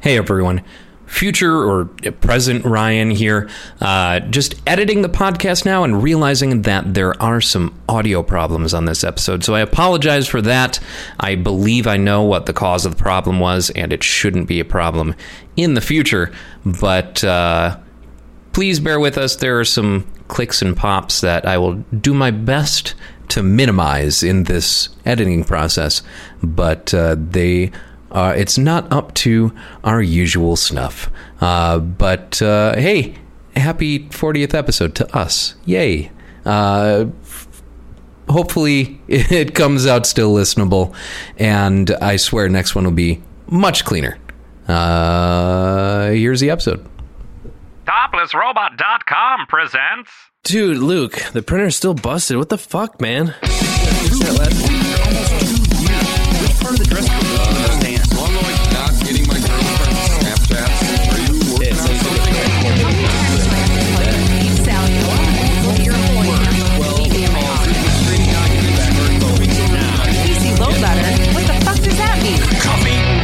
Hey everyone, future or present Ryan here, uh, just editing the podcast now and realizing that there are some audio problems on this episode. So I apologize for that. I believe I know what the cause of the problem was, and it shouldn't be a problem in the future. But uh, please bear with us. There are some clicks and pops that I will do my best to minimize in this editing process, but uh, they uh, it's not up to our usual snuff. Uh, but uh, hey, happy 40th episode to us. Yay. Uh, hopefully it comes out still listenable, and I swear next one will be much cleaner. Uh, here's the episode. ToplessRobot.com presents. Dude, Luke, the printer's still busted. What the fuck, man? I'm like not getting my girlfriend's Snapchats. Are you working on something?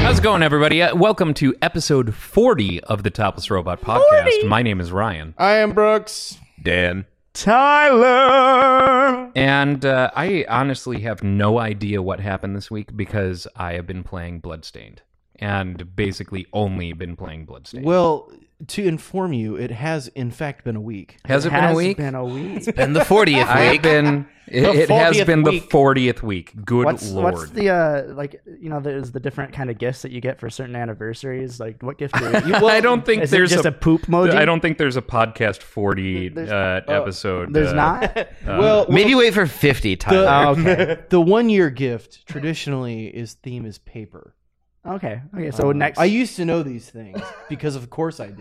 How's it going, everybody? Uh, welcome to episode 40 of the Topless Robot Podcast. My name is Ryan. I am Brooks. Dan. Tyler. And uh, I honestly have no idea what happened this week because I have been playing Bloodstained and basically only been playing Bloodstained. Well, to inform you, it has in fact been a week. Uh, has it, been a week? And the 40th I've been. It, The it has 40th been the week. 40th week. Good What's lord. what's the uh like you know there's the different kind of gifts that you get for certain anniversaries like what gift do you, you I don't think is there's it just a, poop emoji I don't think there's a podcast 40 uh, episode. uh, there's not well, Maybe wait for 50, the, Tyler. Oh, the one year gift traditionally is theme is paper. okay okay Uh, so next I used to know these things because, of course, I did.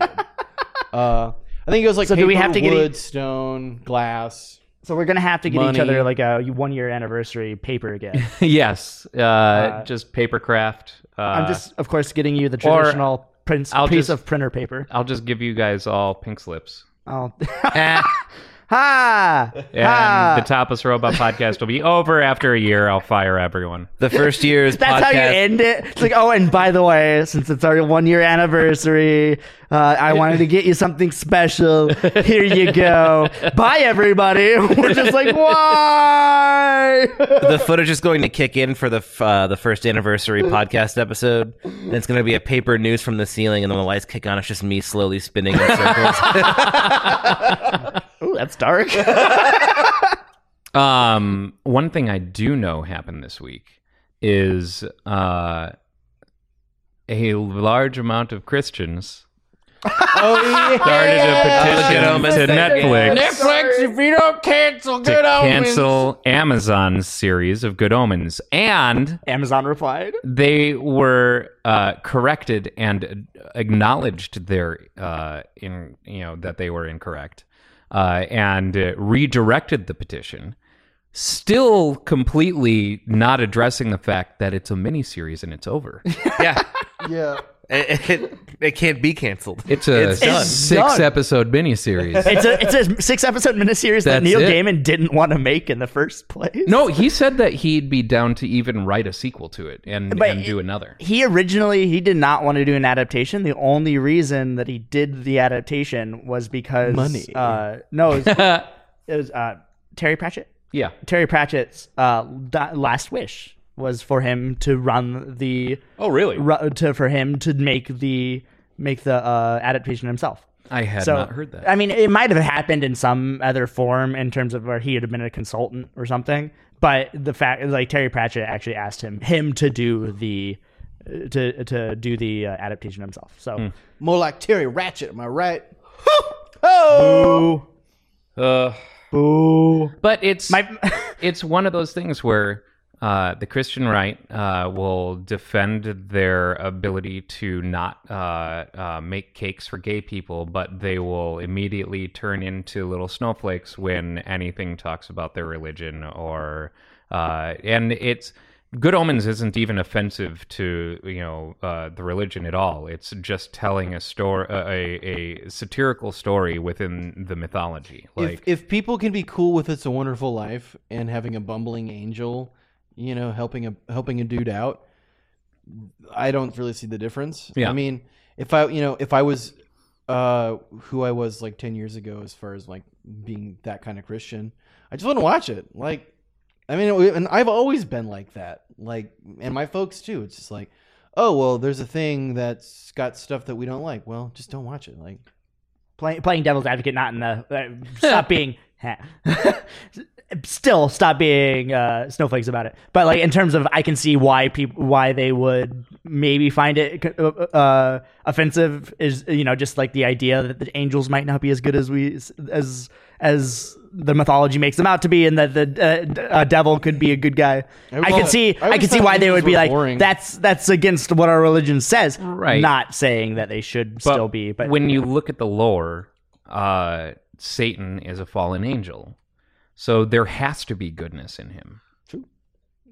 uh, I think it was like So paper, do we have to get e- wood, stone, glass. so we're gonna have to get Money. each other like a one year anniversary paper again yes. Uh, just papercraft. Uh, I'm just of course getting you the or traditional prince, I'll piece just- of printer paper I'll just give you guys all pink slips. oh Eh. ha And ha the Topless Robot podcast will be over after a year. I'll fire everyone. the first year's that's how you podcast. end it. It's like, oh, and by the way, since it's our one year anniversary, uh, I wanted to get you something special. Here you go. Bye, everybody. We're just like, why? the footage is going to kick in for the f- uh, the first anniversary podcast episode. And it's going to be a paper news from the ceiling, and then when the lights kick on, it's just me slowly spinning in circles. Ooh, that's dark. Um, one thing I do know happened this week is uh, a large amount of Christians started a petition to Netflix if you don't cancel, to cancel Amazon's series of Good Omens, and Amazon replied. they were uh, corrected and acknowledged their uh, in you know that they were incorrect uh, and uh, redirected the petition still completely not addressing the fact that it's a miniseries and it's over yeah. Yeah. It, it, it can't be canceled. it's a It's done. six done. episode miniseries It's a, it's a six episode miniseries That's that Neil it. Gaiman didn't want to make in the first place. no he said that he'd be down to even write a sequel to it and, But and do it- another he originally he did not want to do an adaptation. The only reason that he did the adaptation was because Money. Uh, no, it was, it was, uh, Terry Pratchett. yeah Terry Pratchett's uh, da- last wish was for him to run the oh really ru- to for him to make the make the uh, adaptation himself. i had so not heard that I mean, it might have happened in some other form in terms of where he had been a consultant or something. But the fact, like Terry Pratchett actually asked him him to do the to to do the uh, adaptation himself. So Hmm. More like Terry Ratchet, am I right? oh! Uh. but it's my it's one of those things where uh, the Christian right uh, will defend their ability to not uh, uh, make cakes for gay people, but they will immediately turn into little snowflakes when anything talks about their religion or uh, and it's Good Omens isn't even offensive to you know uh, the religion at all. It's just telling a story, uh, a, a satirical story within the mythology. Like if, if people can be cool with it's a wonderful life and having a bumbling angel, you know, helping a helping a dude out, I don't really see the difference. Yeah. I mean, if I you know if I was uh who I was like ten years ago as far as like being that kind of Christian, I just wouldn't watch it. Like, I mean, it- and I've always been like that. Like, and my folks too. It's just like, oh well, there's a thing that's got stuff that we don't like. Well, just don't watch it. Like, Play, playing devil's advocate, not in the uh, stop being still stop being uh, snowflakes about it. But like in terms of, I can see why people why they would maybe find it uh, offensive is you know just like the idea that the angels might not be as good as we as as the mythology makes them out to be, and that the uh, a devil could be a good guy. I, always can thought- see I I, always can see thought why they angels would be were like boring. that's that's against what our religion says. Right. Not saying that they should still be, but when you look at the lore, uh, Satan is a fallen angel, so there has to be goodness in him.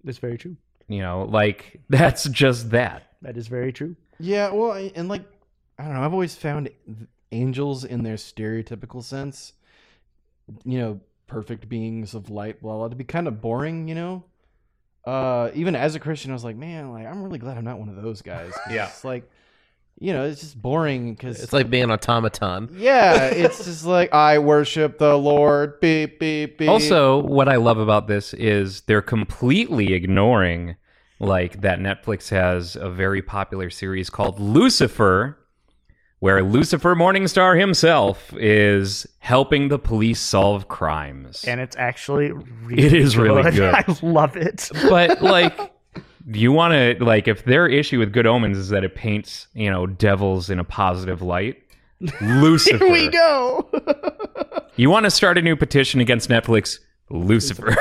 that's very true. You know, like that's just that. That is very true. yeah, well, I- and like, I don't know. I've always found angels in their stereotypical sense, you know, perfect beings of light, blah blah, to be kind of boring, you know. Uh, even as a Christian, I was like, man, like I'm really glad I'm not one of those guys. 'cause Yeah. it's like, you know, it's just boring because It's like being an automaton. Yeah, it's just like I worship the Lord. Beep beep Eh. beep. Also, what I love about this is they're completely ignoring like that Netflix has a very popular series called Lucifer where Lucifer Morningstar himself is helping the police solve crimes. and it's actually really It is really good. I love it. but like do you want to like if their issue with good omens is that it paints you know devils in a positive light lucifer here we go you want to start a new petition against netflix lucifer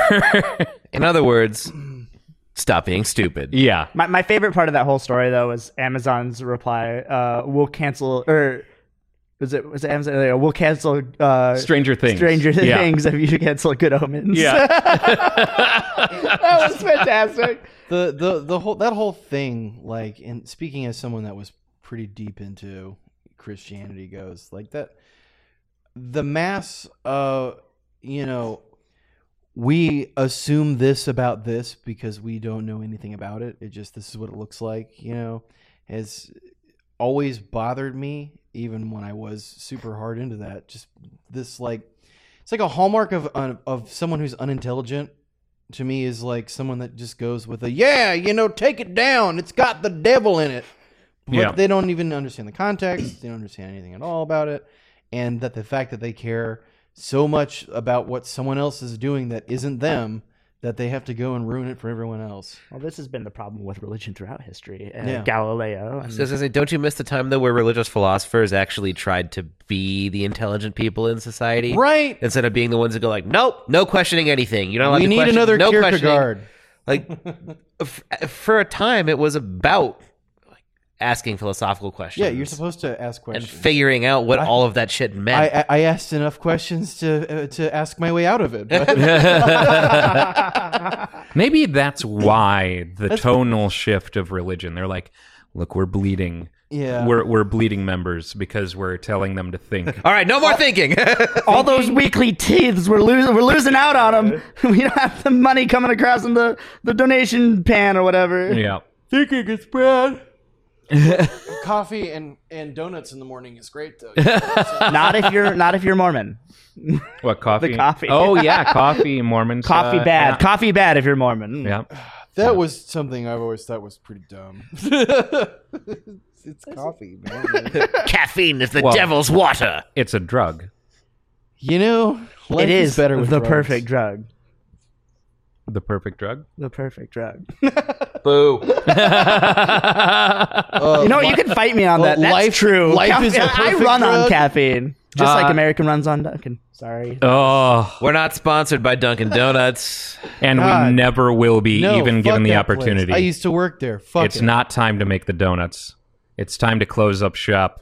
In other words, stop being stupid. yeah My, my favorite part of that whole story though was Amazon's reply. Uh, we'll cancel or was it was it Amazon? uh, We'll cancel uh, stranger things Stranger Yeah. Things if you cancel Good Omens. yeah that was fantastic. the the the whole that whole thing, like, and speaking as someone that was pretty deep into Christianity, goes like that. The mass, uh, you know, we assume this about this because we don't know anything about it. It just this is what it looks like, you know, has always bothered me, even when I was super hard into that. Just this like it's like a hallmark of of- of someone who's unintelligent to me is like someone that just goes with a yeah, you know, take it down. It's got the devil in it. But Yeah. they don't even understand the context. They don't understand anything at all about it, and that the fact that they care so much about what someone else is doing that isn't them that they have to go and ruin it for everyone else. Well, this has been the problem with religion throughout history. Uh, Yeah. Galileo. and- So as I say, don't you miss the time though where religious philosophers actually tried to be the intelligent people in society, Right. Instead of being the ones that go like, nope, no questioning anything. You know, like we need another Kierkegaard. Like f- for a time, it was about like, asking philosophical questions. Yeah, you're supposed to ask and questions. figuring out what all of that shit meant. I, I I asked enough questions to uh, to ask my way out of it. but- maybe that's why the tonal shift of religion they're like look we're bleeding yeah. we're, we're bleeding members because we're telling them to think all right, no more thinking. all those weekly teeths we're losing we're losing out on them we don't have the money coming across in the, the donation pan or whatever yeah thinking it's bad. Coffee and, and donuts in the morning is great though. not if you're not if you're mormon what coffee coffee. oh yeah coffee mormons coffee uh, bad coffee bad if you're mormon yeah. that was something I've always thought was pretty dumb. it's coffee, man. Caffeine is the Well- devil's water. it's a drug you know, life it is, is, better with the drugs. perfect drug the perfect drug the perfect drug Uh, you know what, you can fight me on well, that that's Uh, life- true life is the I perfect run on drug. caffeine just Uh, like american runs on dunkin sorry Oh, We're not sponsored by Dunkin' Donuts. and we God. never will be, No, even fuck given the that place. opportunity. I used to work there. Fuck it's it. not time to make the donuts. It's time to close up shop.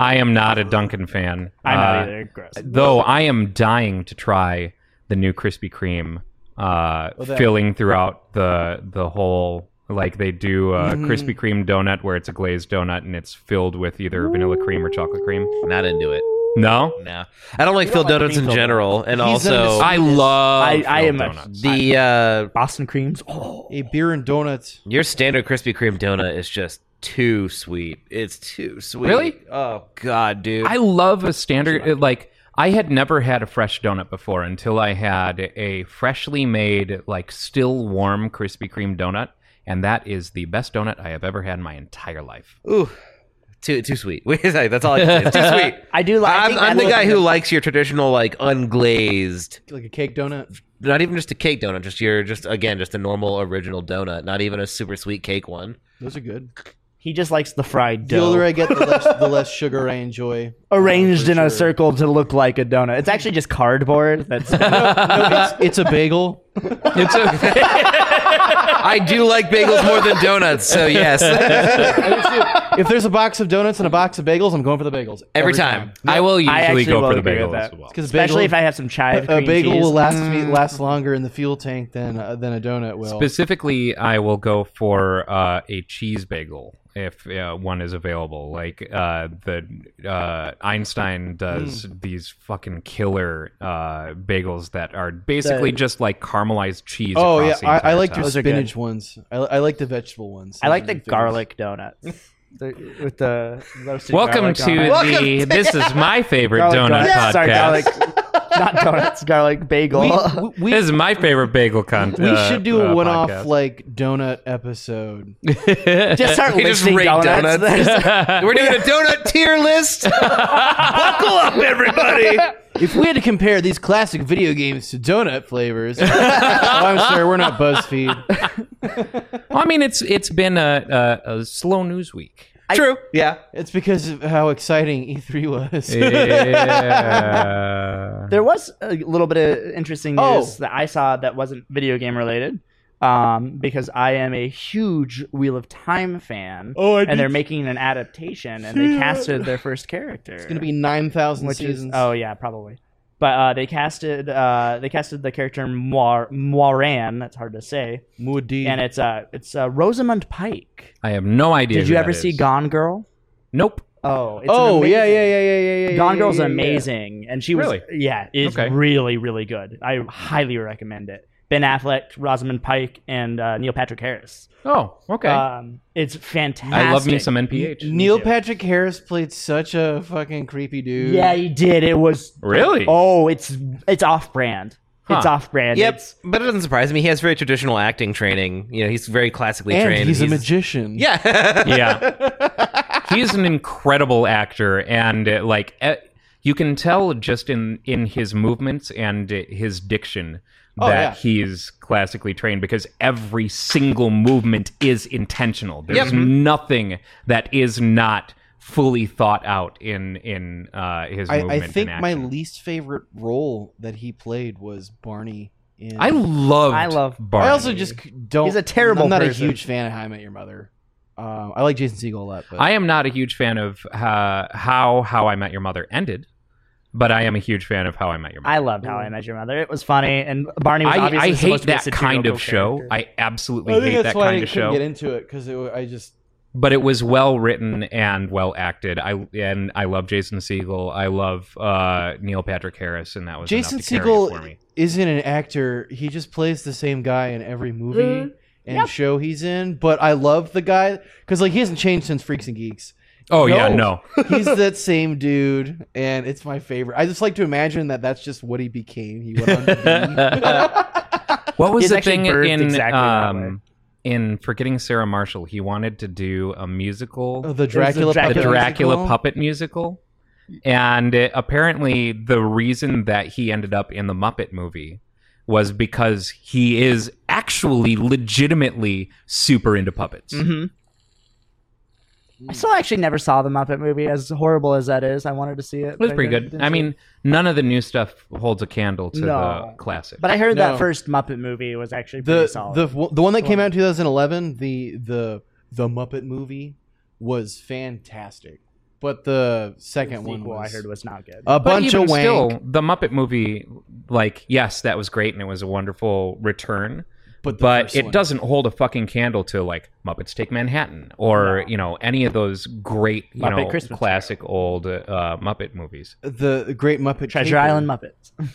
I am not a Dunkin' fan. i'm Uh, not either gross Though I am dying to try the new Krispy Kreme uh, that- filling throughout the the whole. Like they do a Mm-hmm. Krispy Kreme donut where it's a glazed donut and it's filled with either vanilla cream or chocolate cream. Not into it. No, No, I don't like Phil like donuts cream in filled general, and He's an also I love. I- I Phil am a- donuts. the uh, Boston creams. Oh, A beer and donuts. your standard Krispy Kreme donut is just too sweet. It's too sweet. Really? Oh God, dude. I love a standard it, like I had never had a fresh donut before until I had a freshly made like still warm Krispy Kreme donut and that is the best donut I have ever had in my entire life. Ooh, too too sweet. Wait a second, that's all I can say. It's too sweet. I do. Like, I I'm, think I'm that the was- guy who likes your traditional like unglazed, Like a cake donut. not even just a cake donut, just your just again just a normal original donut, not even a super sweet cake one. Those are good. He just likes the fried The older dough, I get, the less, the less sugar I enjoy. arranged For in a sure. circle to look like a donut. It's actually just cardboard. That's It's, it's a bagel. It's a, I do like bagels more than donuts, so yes, every, if there's a box of donuts and a box of bagels, I'm going for the bagels time. I will I usually actually go will for the agree bagel with as that. well. Because especially if I have some chive. a cream bagel cheese. Mm. will last me last longer in the fuel tank than uh, than a donut will. Specifically, I will go for uh, a cheese bagel if uh, one is available. Like uh, the uh, Einstein does these fucking killer uh, bagels that are basically The- just like caramelized cheese. oh yeah, across the I, I entire like top. the Those are spinach ones. I, I like the vegetable ones. I Those like are the my favorites. garlic donuts. The- with the roasted Welcome garlic to on it. the This Is My Favorite Garlic Donut donuts. Podcast. Sorry, garlic, not donuts, garlic bagel. We, we, This is my favorite bagel uh, content. we should do a one-off like donut episode. just start We just listing rate donuts. donuts. We're doing a donut tier list. Buckle up, everybody. if we had to compare these classic video games to donut flavors, oh, I'm sorry, we're not BuzzFeed. I mean, it's it's been a, a, a slow news week. True. Yeah. It's because of how exciting E3 was. Yeah. There was a little bit of interesting Oh. news that I saw that wasn't video game related, um, because I am a huge Wheel of Time fan, Oh, I and did they're making an adaptation, and they that. casted their first character. It's gonna be nine thousand seasons. Is, oh yeah, probably. But uh, they casted uh, they casted the character Moir- Moiran. That's hard to say, Moody. and it's uh it's uh, Rosamund Pike. I have no idea. Did who you that ever see is. Gone Girl? Nope. Oh, it's an oh yeah, amazing- yeah, yeah, yeah, yeah, yeah, yeah. Gone yeah, Girl's yeah, yeah. amazing, and she was Really? yeah, it's Okay. really really good. I highly recommend it. Ben Affleck, Rosamund Pike, and uh, Neil Patrick Harris. Oh, okay. Uh, Um, it's fantastic. I love me some NPH. Neil Patrick Harris played such a fucking creepy dude. Yeah, he did. It was Really? Oh, it's it's off brand. It's Huh. off brand. Yep. But it doesn't surprise me. He has very traditional acting training. You know, he's very classically and trained. he's, a magician. Yeah. yeah he's an incredible actor and uh, like eh, you can tell just in in his movements and uh, his diction that Oh, yeah. he's classically trained because every single movement is intentional there's Yep. Mm-hmm. nothing that is not fully thought out in in uh his I, I movement think and my action. least favorite role that he played was Barney. In... i love I love- Barney. I also just c- don't. He's a terrible I'm not person. a huge fan of How I Met Your Mother. Um, I like Jason Segel a lot, but I am not a huge fan of uh, how How I Met Your Mother ended, but I am a huge fan of How I Met Your Mother. I loved How I Met Your Mother. It was funny, and Barney was Mm. I, obviously I hate supposed that to be a kind of show. satirical character. I absolutely I think hate that's that why I kind couldn't of show. get into it because I just but it was well written and well acted. I and I love Jason Siegel. I love uh, Neil Patrick Harris, and that was Jason enough to carry it Segel for me. isn't an actor. He just plays the same guy in every movie and show he's in. But I love the guy because like he hasn't changed since Freaks and Geeks. Oh yeah, no. No. He's that same dude, and it's my favorite. I just like to imagine that that's just what he became. He went on to be. What was He's the actually thing birthed in exactly that um, in Forgetting Sarah Marshall? He wanted to do a musical. the Dracula, Dracula- the puppet Dracula musical. puppet musical. And uh, apparently, the reason that he ended up in the Muppet movie was because he is actually legitimately super into puppets. Mm-hmm. Mm. I still actually never saw the Muppet movie. As horrible as that is, I wanted to see it. It was but I pretty didn't- good. didn't I see it. mean, none of the new stuff holds a candle to No. the classic. but I heard No. that first Muppet movie was actually pretty the solid. the w- the one that came out in 2011, the the the Muppet movie was fantastic, but the second one sequel was I heard was not good. a But bunch even of wank. still, the Muppet movie, like, yes, that was great and it was a wonderful return. But the but first it one. doesn't hold a fucking candle to like Muppets Take Manhattan or you know any of those great you Muppet know Christmas classic old uh, Muppet movies. The Great Muppet Treasure Caper. Island Muppets.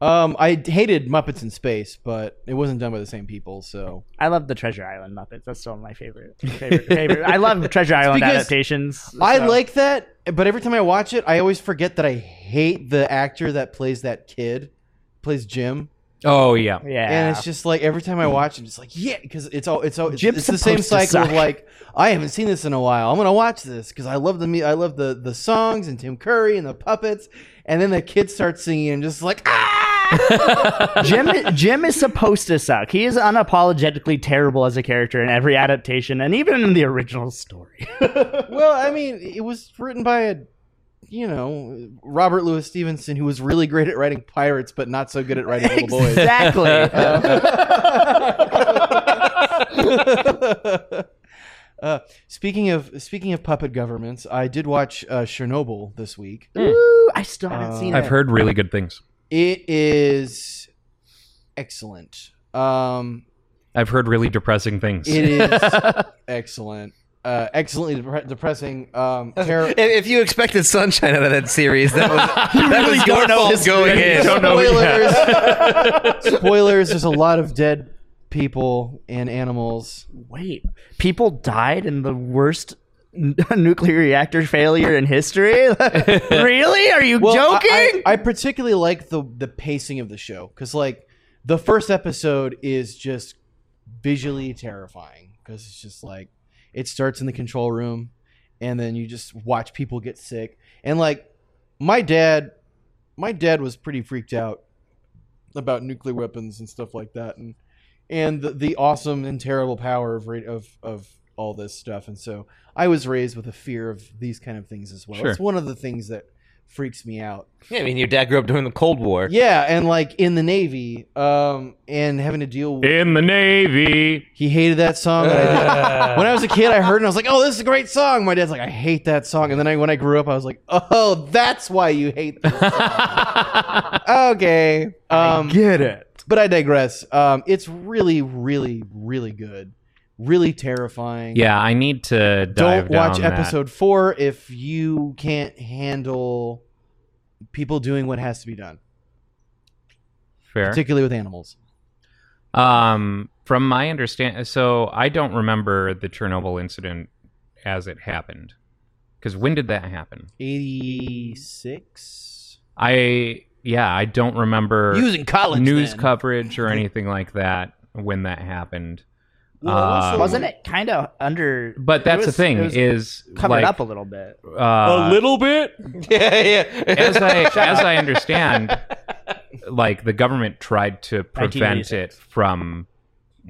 Um, I hated Muppets in Space, but it wasn't done by the same people, so I love the Treasure Island Muppets. That's still my favorite. favorite, favorite. I love Treasure Island because adaptations. I so- like that. But every time I watch it, I always forget that I hate the actor that plays that kid, plays Jim, Oh yeah, Yeah. and it's just like every time I watch it, it's like yeah, because it's all it's all it's, Jim's it's the same supposed to cycle of suck. like I haven't seen this in a while. I'm gonna watch this because I love the me I love the the songs and Tim Curry and the puppets, and then the kid starts singing and just like ah, Jim Jim is supposed to suck. He is unapologetically terrible as a character in every adaptation and even in the original story. well, I mean, it was written by a you know Robert Louis Stevenson who was really great at writing pirates, but not so good at writing little boys. exactly. Uh, speaking of speaking of puppet governments, I did watch uh, Chernobyl this week. Ooh, I still haven't Uh, seen I've it. heard really good things. It is excellent. Um, I've heard really depressing things. it is excellent. Uh, excellently depre- depressing. Um, terror- If, if you expected sunshine out of that series, that was that was your fault going in. spoilers. spoilers. There's a lot of dead people and animals. Wait, people died in the worst n- nuclear reactor failure in history? really? Are you Well, joking? I, I, I particularly like the the pacing of the show because like the first episode is just visually terrifying because it's just like it starts in the control room and then you just watch people get sick and like my dad my dad was pretty freaked out about nuclear weapons and stuff like that and and the, the awesome and terrible power of ra- of of all this stuff and so I was raised with a fear of these kind of things as well. Sure. It's one of the things that freaks me out. Yeah, I mean, your dad grew up during the Cold War. Yeah, and like in the Navy, um, and having to deal with in the navy. he hated that song. and I did. when I was a kid, I heard it and I was like, "Oh, this is a great song." My dad's like, "I hate that song," and then I, when I grew up, I was like, "Oh, that's why you hate." This song. okay, um, get it. but I digress. Um, it's really, really, really good. Really terrifying. Yeah, I need to dive Don't watch down that. episode four if you can't handle people doing what has to be done, Fair. particularly with animals. Um, from my understand, so I don't remember the Chernobyl incident as it happened. Because when did that happen? 86 I yeah, I don't remember Using college news then. coverage or anything like that when that happened. Um, Wasn't it kind of under? But that's it the was- thing it was is covered like, up a little bit. uh, little bit. Yeah, yeah. as I as I understand, like the government tried to prevent 1986. it from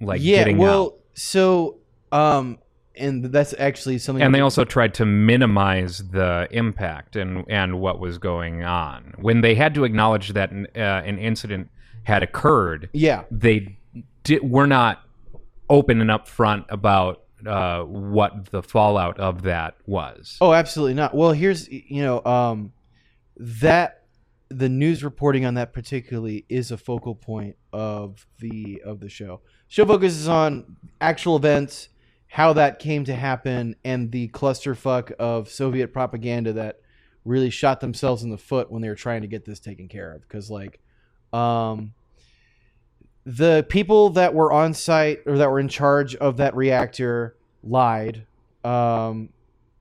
like yeah getting well out. so um and that's actually something and they also tried to minimize the impact and and what was going on when they had to acknowledge that an, uh, an incident had occurred yeah they di- were not open and upfront about uh, what the fallout of that was oh absolutely not well here's you know um that the news reporting on that particularly is a focal point of the of the show show focuses on actual events how that came to happen and the clusterfuck of soviet propaganda that really shot themselves in the foot when they were trying to get this taken care of because like um the people that were on site or that were in charge of that reactor lied um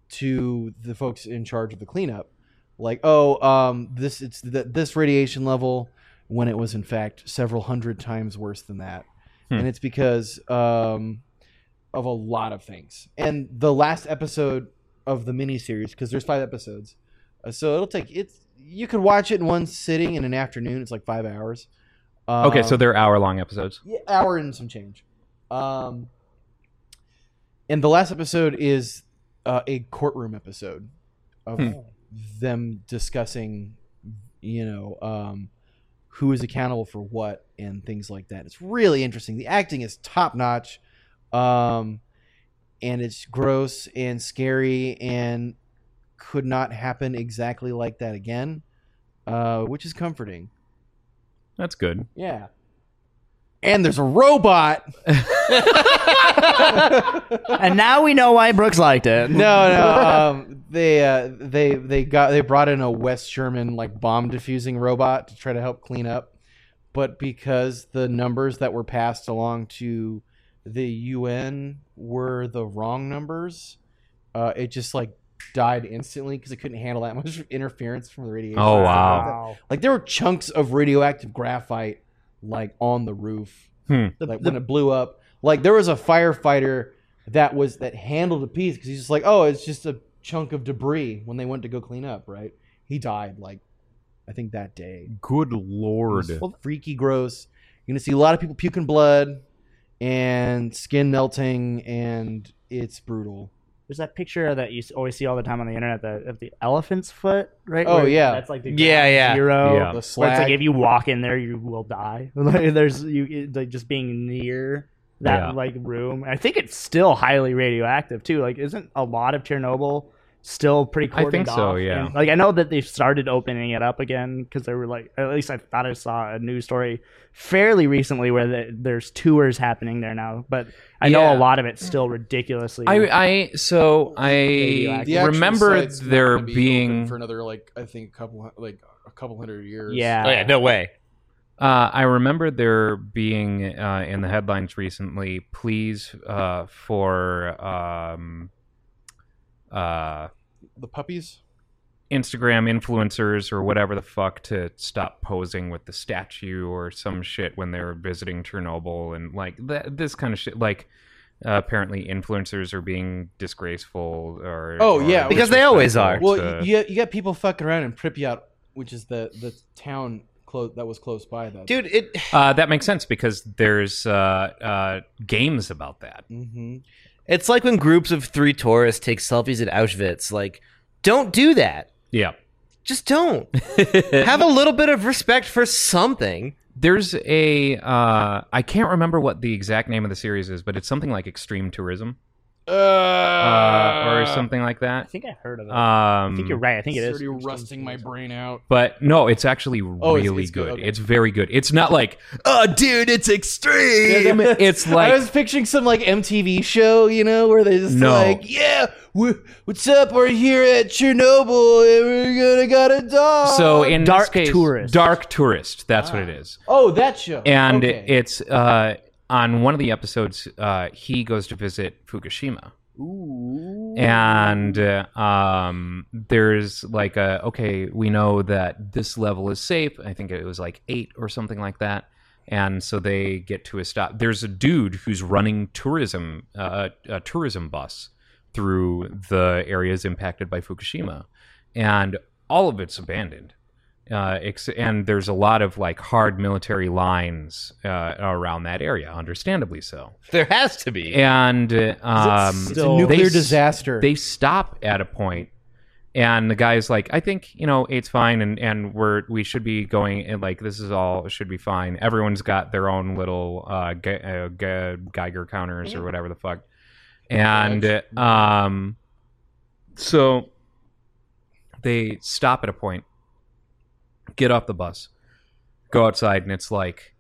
to the folks in charge of the cleanup like oh um this it's th- this radiation level when it was in fact several hundred times worse than that Hmm. and it's because um of a lot of things and the last episode of the miniseries because there's five episodes uh, so it'll take it's you could watch it in one sitting in an afternoon it's like five hours um, okay so they're hour long episodes yeah, hour and some change. Um, and the last episode is uh, a courtroom episode of Hmm. them discussing, you know, um, who is accountable for what and things like that. It's really interesting. The acting is top notch, um, and it's gross and scary and could not happen exactly like that again, uh, which is comforting. that's good Yeah. and there's a robot. and now we know why Brooks liked it. No, no. Um, they uh, they they got they brought in a West German like bomb defusing robot to try to help clean up, but because the numbers that were passed along to the UN were the wrong numbers, uh, it just like died instantly because it couldn't handle that much interference from the radiation. Oh, and stuff like wow. that. Like there were chunks of radioactive graphite like on the roof. Hmm. Like when it blew up. Like there was a firefighter that was that handled a piece because he's just like, oh, it's just a chunk of debris when they went to go clean up, right? He died like I think that day. Good It was lord. freaky gross. You're gonna see a lot of people puking blood and skin melting and it's brutal. There's that picture that you s- always see all the time on the internet the, of the elephant's foot, right? Oh, Where yeah. that's like the Yeah, ground yeah. zero. Yeah. The Where it's slag. like if you walk in there, you will die. Like there's you it- like just being near that Yeah. like room. I think it's still highly radioactive too. Like isn't a lot of Chernobyl still pretty I cordoned think so, off? yeah. And, like I know that they started opening it up again because they were like at least I thought I saw a news story fairly recently where the, there's tours happening there now. But I know Yeah. a lot of it's still ridiculously. I, I so I Radioactive. The remember there being for another like I think a couple like a couple hundred years. yeah. Oh, yeah, no way. Uh, I remember there being uh, in the headlines recently pleas uh, for um, uh, The puppies. Instagram influencers or whatever the fuck to stop posing with the statue or some shit when they were visiting Chernobyl and like th- this kind of shit. Like uh, apparently influencers are being disgraceful or Oh, or yeah. Because they always are. disrespectful Well, to- you, you got people fucking around in Pripyat, which is the the town close that was close by that. Dude, it uh, that makes sense because there's uh, uh, games about that. hmm it's like when groups of three tourists take selfies at Auschwitz. Like, don't do that. Yeah. Just don't. Have a little bit of respect for something. there's a uh, I can't remember what the exact name of the series is, but it's something like extreme tourism Uh, uh, or something like that. I think I heard of it. Um, I think you're right. I think it is. rusting my brain out. But no, it's actually Oh, it's- really it's good. good, okay. It's very good. It's not like, oh, dude, it's extreme. it's like, I was picturing some like MTV show, you know, where they just No. like, yeah, wh- what's up? We're here at Chernobyl, and we're gonna got a dog. so in this Dark case- Tourist. dark tourist. That's what it is. oh, that show, And Okay. it's uh, on one of the episodes, uh, he goes to visit Fukushima. And uh, um, there's like a, okay, we know that this level is safe. I think it was like eight or something like that. And so they get to a stop. There's a dude who's running tourism, uh, a tourism bus through the areas impacted by Fukushima. And all of it's abandoned uh, ex- and there's a lot of like hard military lines uh, around that area, understandably so. There has to be. And uh, um, it's a nuclear they, disaster. They stop at a point, and the guy's like, "I think you know eight's fine, and and we're we should be going, and like this is all should be fine. Everyone's got their own little uh, Ge- uh, Ge- Geiger counters or whatever the fuck." And um, so they stop at a point, get off the bus, go outside, and it's like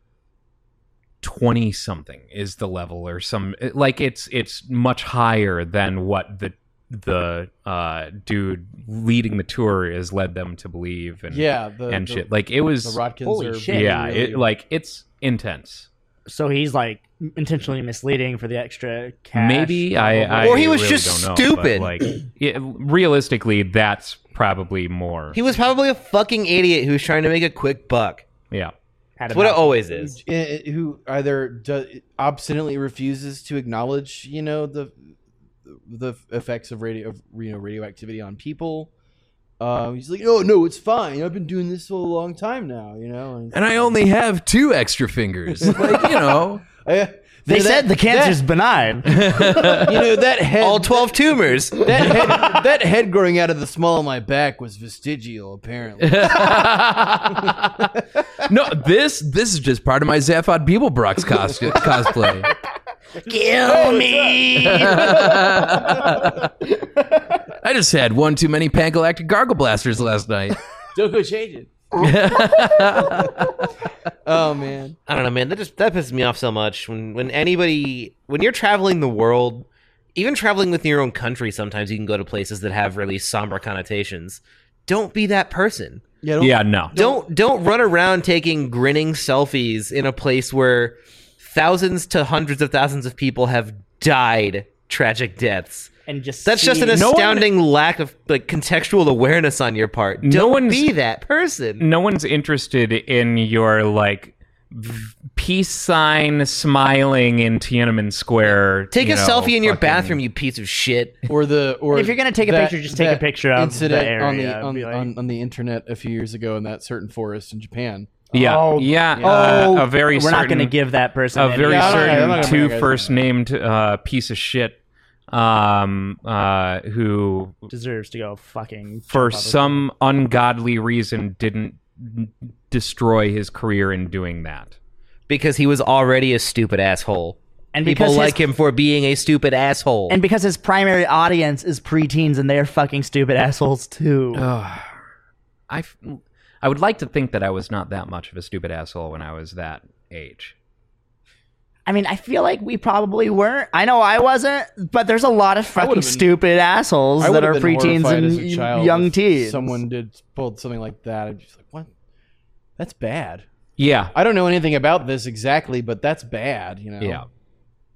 twenty something is the level or some like it's it's much higher than what the the uh, dude leading the tour has led them to believe and yeah, the, and the- shit like it was The Rodkins Holy are shit. yeah really- it like it's intense So he's like intentionally misleading for the extra cash. maybe I, I Or he was really just don't know, but, stupid. like it, realistically that's probably more He was probably a fucking idiot who was trying to make a quick buck. yeah Had That's a what it oh, mouth- always is. i- i- who either do, obstinately refuses to acknowledge, you know, the the effects of radio of you know radioactivity on people. Uh, he's like, oh no, it's fine. I've been doing this for a long time now, you know. And, And I only have two extra fingers. like, you know. I- They that- said the cancer's benign. that, you know that head All 12 tumors. that head that head growing out of the small of my back was vestigial apparently. No, this this is just part of my Zaphod Beeblebrox cos- cosplay. Kill me. I just had one too many pangalactic gargle blasters last night. Don't go change it. Oh man. I don't know, man. That just that pisses me off so much. When when anybody when you're traveling the world, even traveling within your own country, sometimes you can go to places that have really somber connotations. Don't be that person. Yeah. yeah, no. Don't don't run around taking grinning selfies in a place where thousands to hundreds of thousands of people have died tragic deaths. and just That's just an see- No one- astounding lack of like contextual awareness on your part. Don't No one's- be that person. no one's interested in your like v- peace sign smiling in Tiananmen Square. Take you a know, selfie in your fucking- bathroom, you piece of shit. Or the or If you're gonna take a picture, just take a that picture of the incident on area, the on, be like- on, on the internet a few years ago in that certain forest in Japan. Yeah, Oh, yeah. yeah. uh, Oh, a very we're certain, not going to give that person a any- very Yeah, I don't know, I'm certain not gonna two bring that first named uh, piece of shit um uh who deserves to go fucking for jump off a- some ungodly reason didn't destroy his career in doing that. because he was already a stupid asshole. and People because like his, him for being a stupid asshole. and because his primary audience is preteens and they're fucking stupid assholes too. Uh, I, f- I would like to think that I was not that much of a stupid asshole when I was that age. I mean, I feel like we probably weren't. I know I wasn't, but there's a lot of fucking would've been- stupid assholes I that would are have been preteens horrified and as a child young if teens. Someone did pulled something like that. I'd be just like, what? That's bad. Yeah. I don't know anything about this exactly, but that's bad. You know. Yeah.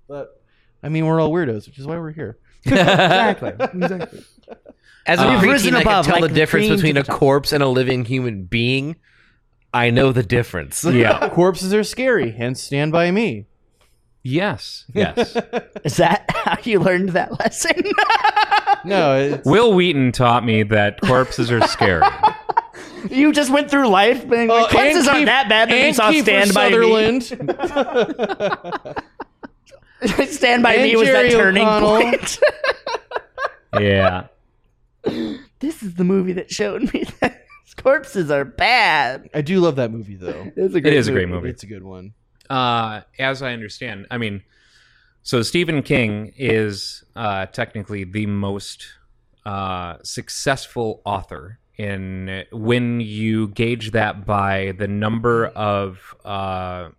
But I mean, we're all weirdos, which is why we're here. exactly. exactly. As a We've risen preteen, I can above, tell like the the difference cream to between the a top. corpse and a living human being. I know the difference. Yeah. Corpses are scary, hence Stand By Me. yes. Yes. Is that how you learned that lesson? No, it's, Will Wheaton taught me that corpses are scary. you just went through life being Uh, like, corpses and aren't Keith- that bad. Then you and saw Kiefer Stand By Me. Sutherland. Stand By and Me was Jerry that turning O'Connell. point. yeah. this is the movie that showed me that corpses are bad. I do love that movie though. It's a It is a great movie. It's a good one. Uh, as I understand, I mean, so Stephen King is uh, technically the most uh, successful author in when you gauge that by the number of uh,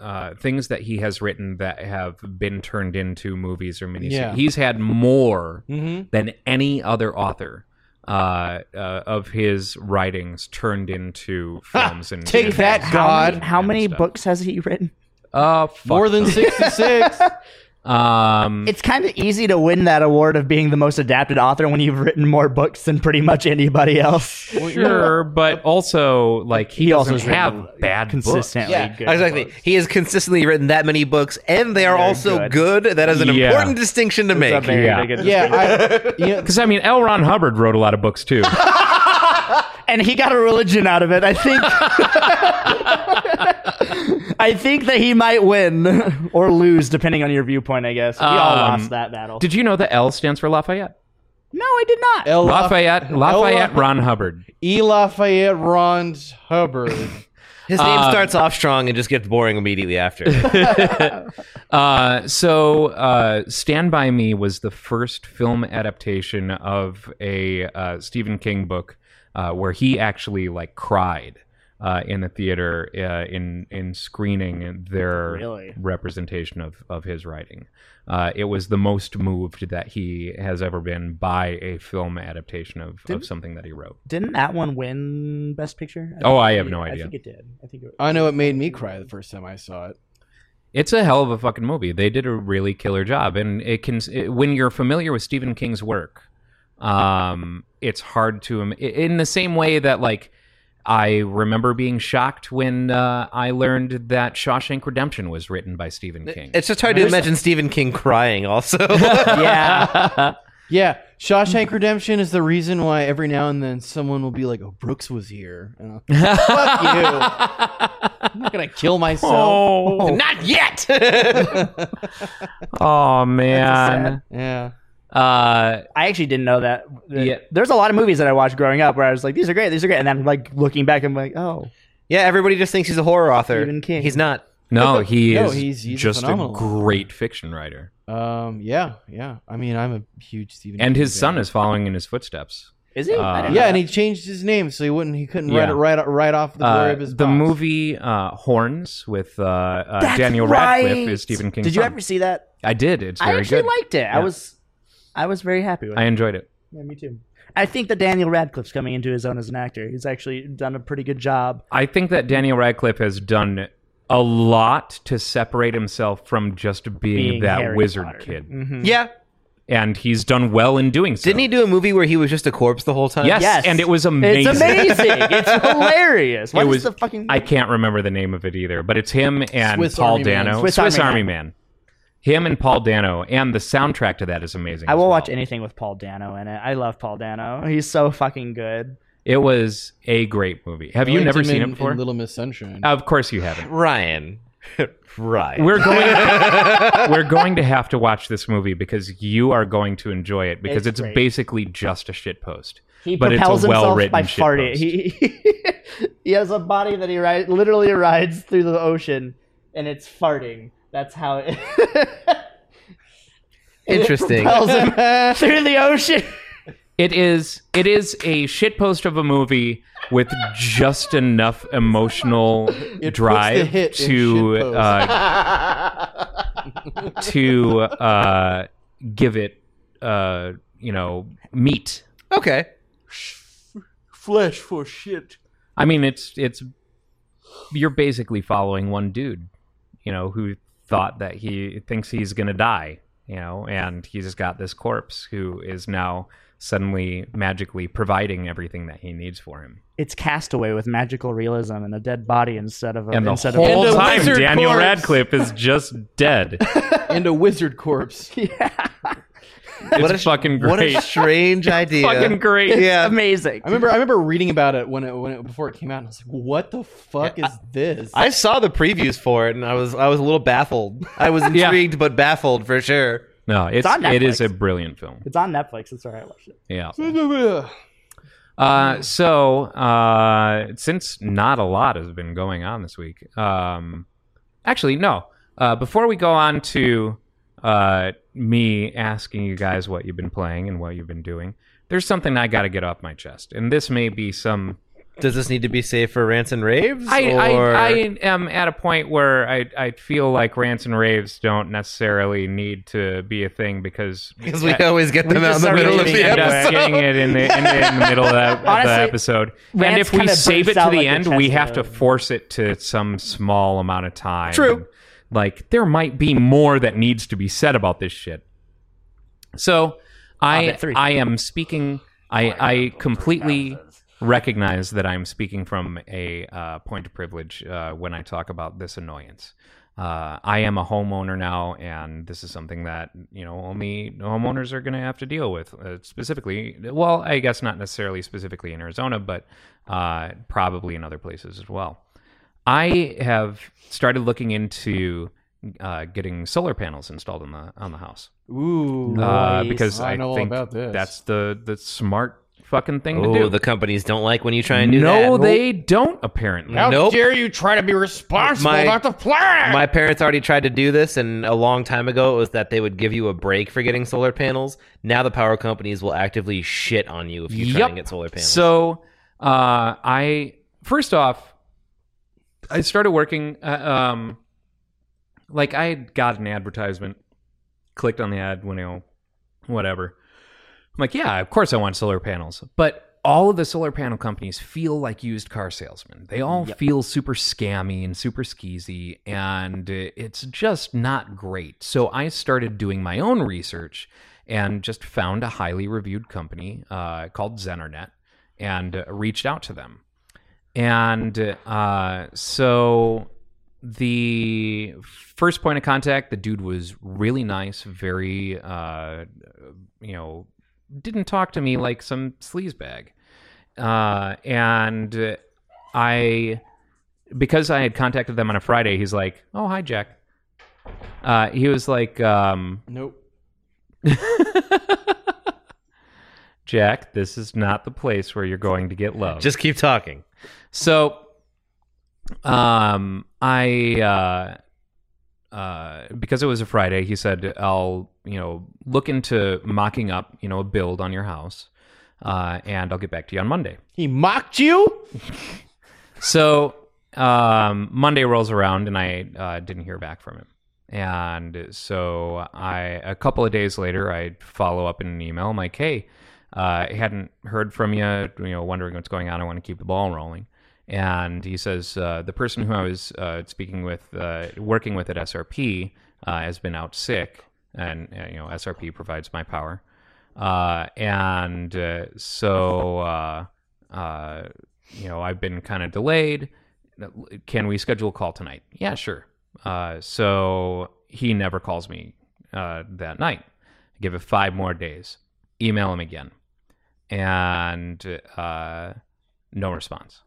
uh, things that he has written that have been turned into movies or miniseries. Yeah. He's had more Mm-hmm. than any other author. Uh, uh, of his writings turned into films and Take and- that, How God. many, how many Stuff. books has he written? Uh, fuck More than them. sixty-six. Um, It's kind of easy to win that award of being the most adapted author when you've written more books than pretty much anybody else. sure, but also like he, He also doesn't has written have bad consistently books. Yeah, good exactly. books. He has consistently written that many books, and they are also good. That is an Yeah. important distinction to make. Yeah. yeah, I, you know, Because I mean, L. Ron Hubbard wrote a lot of books too. And he got a religion out of it. I think. I think that he might win or lose, depending on your viewpoint. I guess we all Um, lost that battle. Did you know that L stands for Lafayette? no, I did not. L. Lafayette, Lafayette, L- Ron Hubbard. E. Lafayette Ron Hubbard. His name Um, starts off strong and just gets boring immediately after. Uh, so, uh, Stand by Me was the first film adaptation of a uh, Stephen King book uh, where he actually like cried uh, in the theater uh, in in screening their Really? representation of of his writing. Uh, it was the most moved that he has ever been by a film adaptation of, of something that he wrote. Didn't that one win Best Picture? I Oh, think I it have did. no I idea. think it did. I think it. I know it made me cry the first time I saw it. It's a hell of a fucking movie. They did a really killer job, and it can it, when you're familiar with Stephen King's work, um, it's hard to im- in the same way that like I remember being shocked when uh, I learned that Shawshank Redemption was written by Stephen King. it's just hard to imagine Stephen King crying. Also, yeah. Yeah, Shawshank Redemption is the reason why every now and then someone will be like, "Oh, Brooks was here." And I'll, Fuck you! I'm not gonna kill myself. not yet. oh man, Yeah, uh, I actually didn't know that. Yeah. There's a lot of movies that I watched growing up where I was like, these are great, these are great. And then like looking back, I'm like, oh, yeah, everybody just thinks he's a horror author. Stephen King. He's not. no, he No, is he's- he's just a phenomenal. great fiction writer, um, yeah, yeah. I mean, I'm a huge Stephen. and King his son fan. is following in his footsteps. Is he? I Uh, didn't know Yeah, and that. he changed his name so he wouldn't he couldn't write Yeah. it right right off the blurb Uh, of his the box. movie uh, Horns with uh, uh, That's Daniel right! Radcliffe is Stephen King. Did you ever see that? I did. It's very I actually good. liked it. I Yeah. was, I was very happy with I it. enjoyed it. Yeah, me too. I think that Daniel Radcliffe's coming into his own as an actor. He's actually done a pretty good job. I think that Daniel Radcliffe has done a lot to separate himself from just being, Being that Harry wizard Potter. Mm-hmm. kid, Yeah. and he's done well in doing so. Didn't he do a movie where he was just a corpse the whole time? Yes, uh, Yes. and it was It's amazing. amazing. it's hilarious. What It is was- the fucking? I can't remember the name of it either, but it's him and Swiss Paul Army Man. Dano, Swiss Army Army Man. Him and Paul Dano, and the soundtrack to that is amazing. I as will well. watch anything with Paul Dano in it. I love Paul Dano. He's so fucking good. It was a great movie. Have you I liked never him seen in- it before? Uh, in Little Miss Sunshine. of course you haven't. Ryan. Ryan. We're going. we're going to have to watch this movie because you are going to enjoy it because it's, It's great. basically just a shit post. He But it's a propels himself well-written by shit farting. post. He, he has a body that he rides, literally rides through the ocean, and it's farting. That's how it. And Interesting. It propels him through the ocean. It is. It is a shit post of a movie with just enough emotional the drive hit in to shitpost. uh, to uh, give it uh, you know meat. Okay. Flesh for shit. I mean, it's it's you're basically following one dude, you know, who thought that he thinks he's gonna die, you know, and he's got this corpse who is now suddenly magically providing everything that he needs for him. It's Castaway with magical realism and a dead body instead of a, And the instead whole of And a time, lizard Daniel corpse. Radcliffe is just dead. And a wizard corpse. It's What a- fucking What great. a strange idea. fucking great. yeah. amazing. I remember I remember reading about it when it when it before it came out and I was like, what the fuck is this? I saw the previews for it and I was I was a little baffled. I was Yeah. intrigued but baffled for sure. No, it's, on it is Netflix. a brilliant film. It's on Netflix. That's where I watched it. Yeah. Ugh. Uh, so uh, since not a lot has been going on this week, um, actually no. Uh, before we go on to uh, me asking you guys what you've been playing and what you've been doing, there's something I got to get off my chest, and this may be some. Does this need to be saved for rants and raves? I, or... I I am at a point where I I feel like rants and raves don't necessarily need to be a thing because because we always get them out in the deserve middle it of we the end up episode. getting it in the, in the, in the middle of the, Honestly, the episode. And rants if we kinda save it burst to out the like a end, we chest have to of- force it to some small amount of time. True. Like there might be more that needs to be said about this shit. So I Hobbit three. I am speaking. I I completely recognize that I'm speaking from a uh, point of privilege uh, when I talk about this annoyance. Uh, I am a homeowner now, and this is something that you know only homeowners are going to have to deal with. Uh, specifically, well, I guess not necessarily specifically in Arizona, but uh, probably in other places as well. I have started looking into uh, getting solar panels installed on the on the house Ooh. uh, Nice. because I I, know all think about this. that's the the smart fucking thing to Oh, do. the companies don't like when you try and do no, that. they don't apparently. How Nope. dare you try to be responsible My- about the planet? My parents already tried to do this, and a long time ago it was that they would give you a break for getting solar panels. Now the power companies will actively shit on you if you try Yep. and get solar panels. So uh, I first off, I started working. Uh, um, like I had got an advertisement, clicked on the ad, when you know, whatever. I'm like, yeah, of course I want solar panels, but. All of the solar panel companies feel like used car salesmen. They all feel super scammy and super skeezy, and uh, it's just not great. So I started doing my own research and just found a highly reviewed company uh, called Zenernet and uh, reached out to them. And uh, so the first point of contact, the dude was really nice, very, uh, you know, didn't talk to me like some sleazebag. Uh, and I, because I had contacted them on a Friday, he's like, oh, hi, Jack. Uh, he was like, um, nope. Jack, this is not the place where you're going to get love. just keep talking. So, um, I uh, uh, because it was a Friday, he said, "I'll you know look into mocking up you know a build on your house." uh, and I'll get back to you on Monday. He mocked you. So um, Monday rolls around, and I uh, didn't hear back from him. And so I, a couple of days later, I follow up in an email. I'm like, "Hey, uh, I hadn't heard from you. You know, wondering what's going on. I want to keep the ball rolling." And he says, uh, "The person who I was uh, speaking with, uh, working with at SRP, uh, has been out sick, and uh, you know, SRP provides my power." Uh, and uh, so uh, uh, you know, I've been kind of delayed. Can we schedule a call tonight? Yeah, sure. Uh, so he never calls me uh, that night. I give it five more days. Email him again, and uh, no response.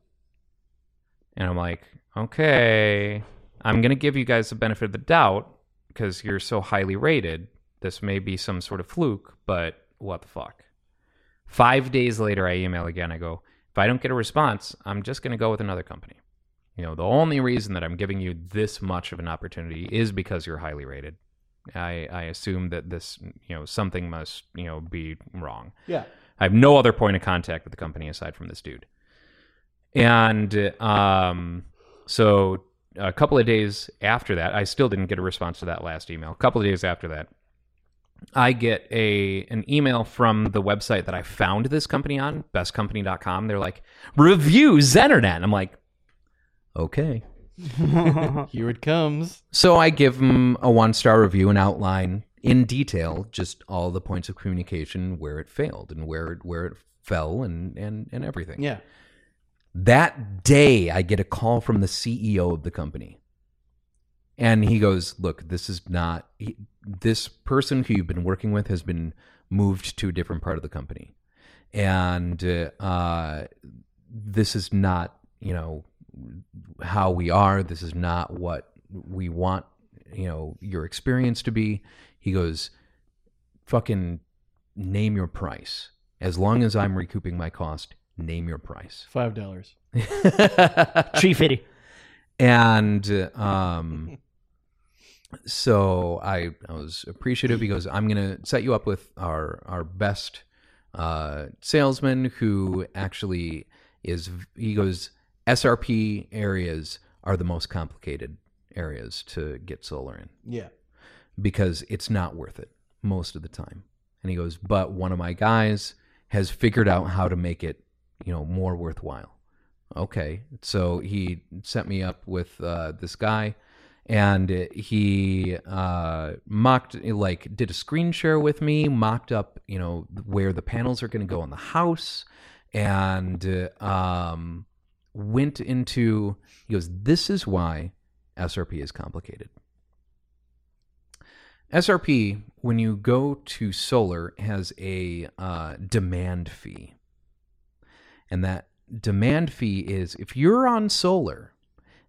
And I'm like, okay, I'm gonna give you guys the benefit of the doubt because you're so highly rated. This may be some sort of fluke, but what the fuck? Five days later, I email again. I go, if I don't get a response, I'm just going to go with another company. You know, the only reason that I'm giving you this much of an opportunity is because you're highly rated. I, I assume that this, you know, something must, you know, be wrong. Yeah. I have no other point of contact with the company aside from this dude. And um, so a couple of days after that, I still didn't get a response to that last email. A couple of days after that, I get a an email from the website that I found this company on, bestcompany.com. They're like, review Zenernet. I'm like, okay. Here it comes. So I give them a one star review and outline in detail just all the points of communication where it failed and where it where it fell and and, and everything. Yeah. That day, I get a call from the CEO of the company. And he goes, Look, this is not, he, this person who you've been working with has been moved to a different part of the company. And uh, uh, this is not, you know, how we are. This is not what we want, you know, your experience to be. He goes, Fucking name your price. As long as I'm recouping my cost, name your price. Five dollars. Tree fitty. and um so i i was appreciative because i'm gonna set you up with our our best uh salesman who actually is he goes srp areas are the most complicated areas to get solar in Yeah. because it's not worth it most of the time. And he goes, but one of my guys has figured out how to make it, you know, more worthwhile. Okay, so he set me up with uh, this guy, and he uh, mocked, like, did a screen share with me, mocked up, you know, where the panels are going to go on the house, and uh, um, went into. He goes, this is why SRP is complicated. SRP, when you go to solar, has a uh, demand fee. And that demand fee is if you're on solar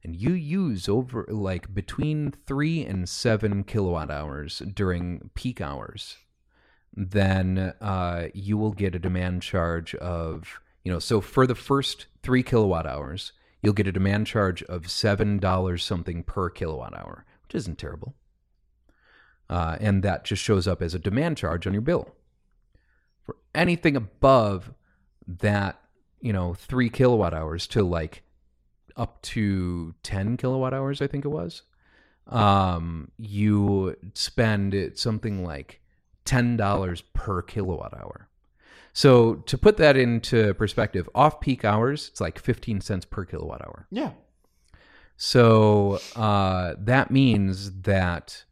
and you use over like between three and seven kilowatt hours during peak hours, then uh, you will get a demand charge of, you know, so for the first three kilowatt hours, you'll get a demand charge of $7 something per kilowatt hour, which isn't terrible uh, and that just shows up as a demand charge on your bill. For anything above that, you know, three kilowatt hours to like up to 10 kilowatt hours, I think it was, um, you spend it something like $10 per kilowatt hour. So to put that into perspective, off peak hours, it's like 15 cents per kilowatt hour. Yeah. So uh, that means that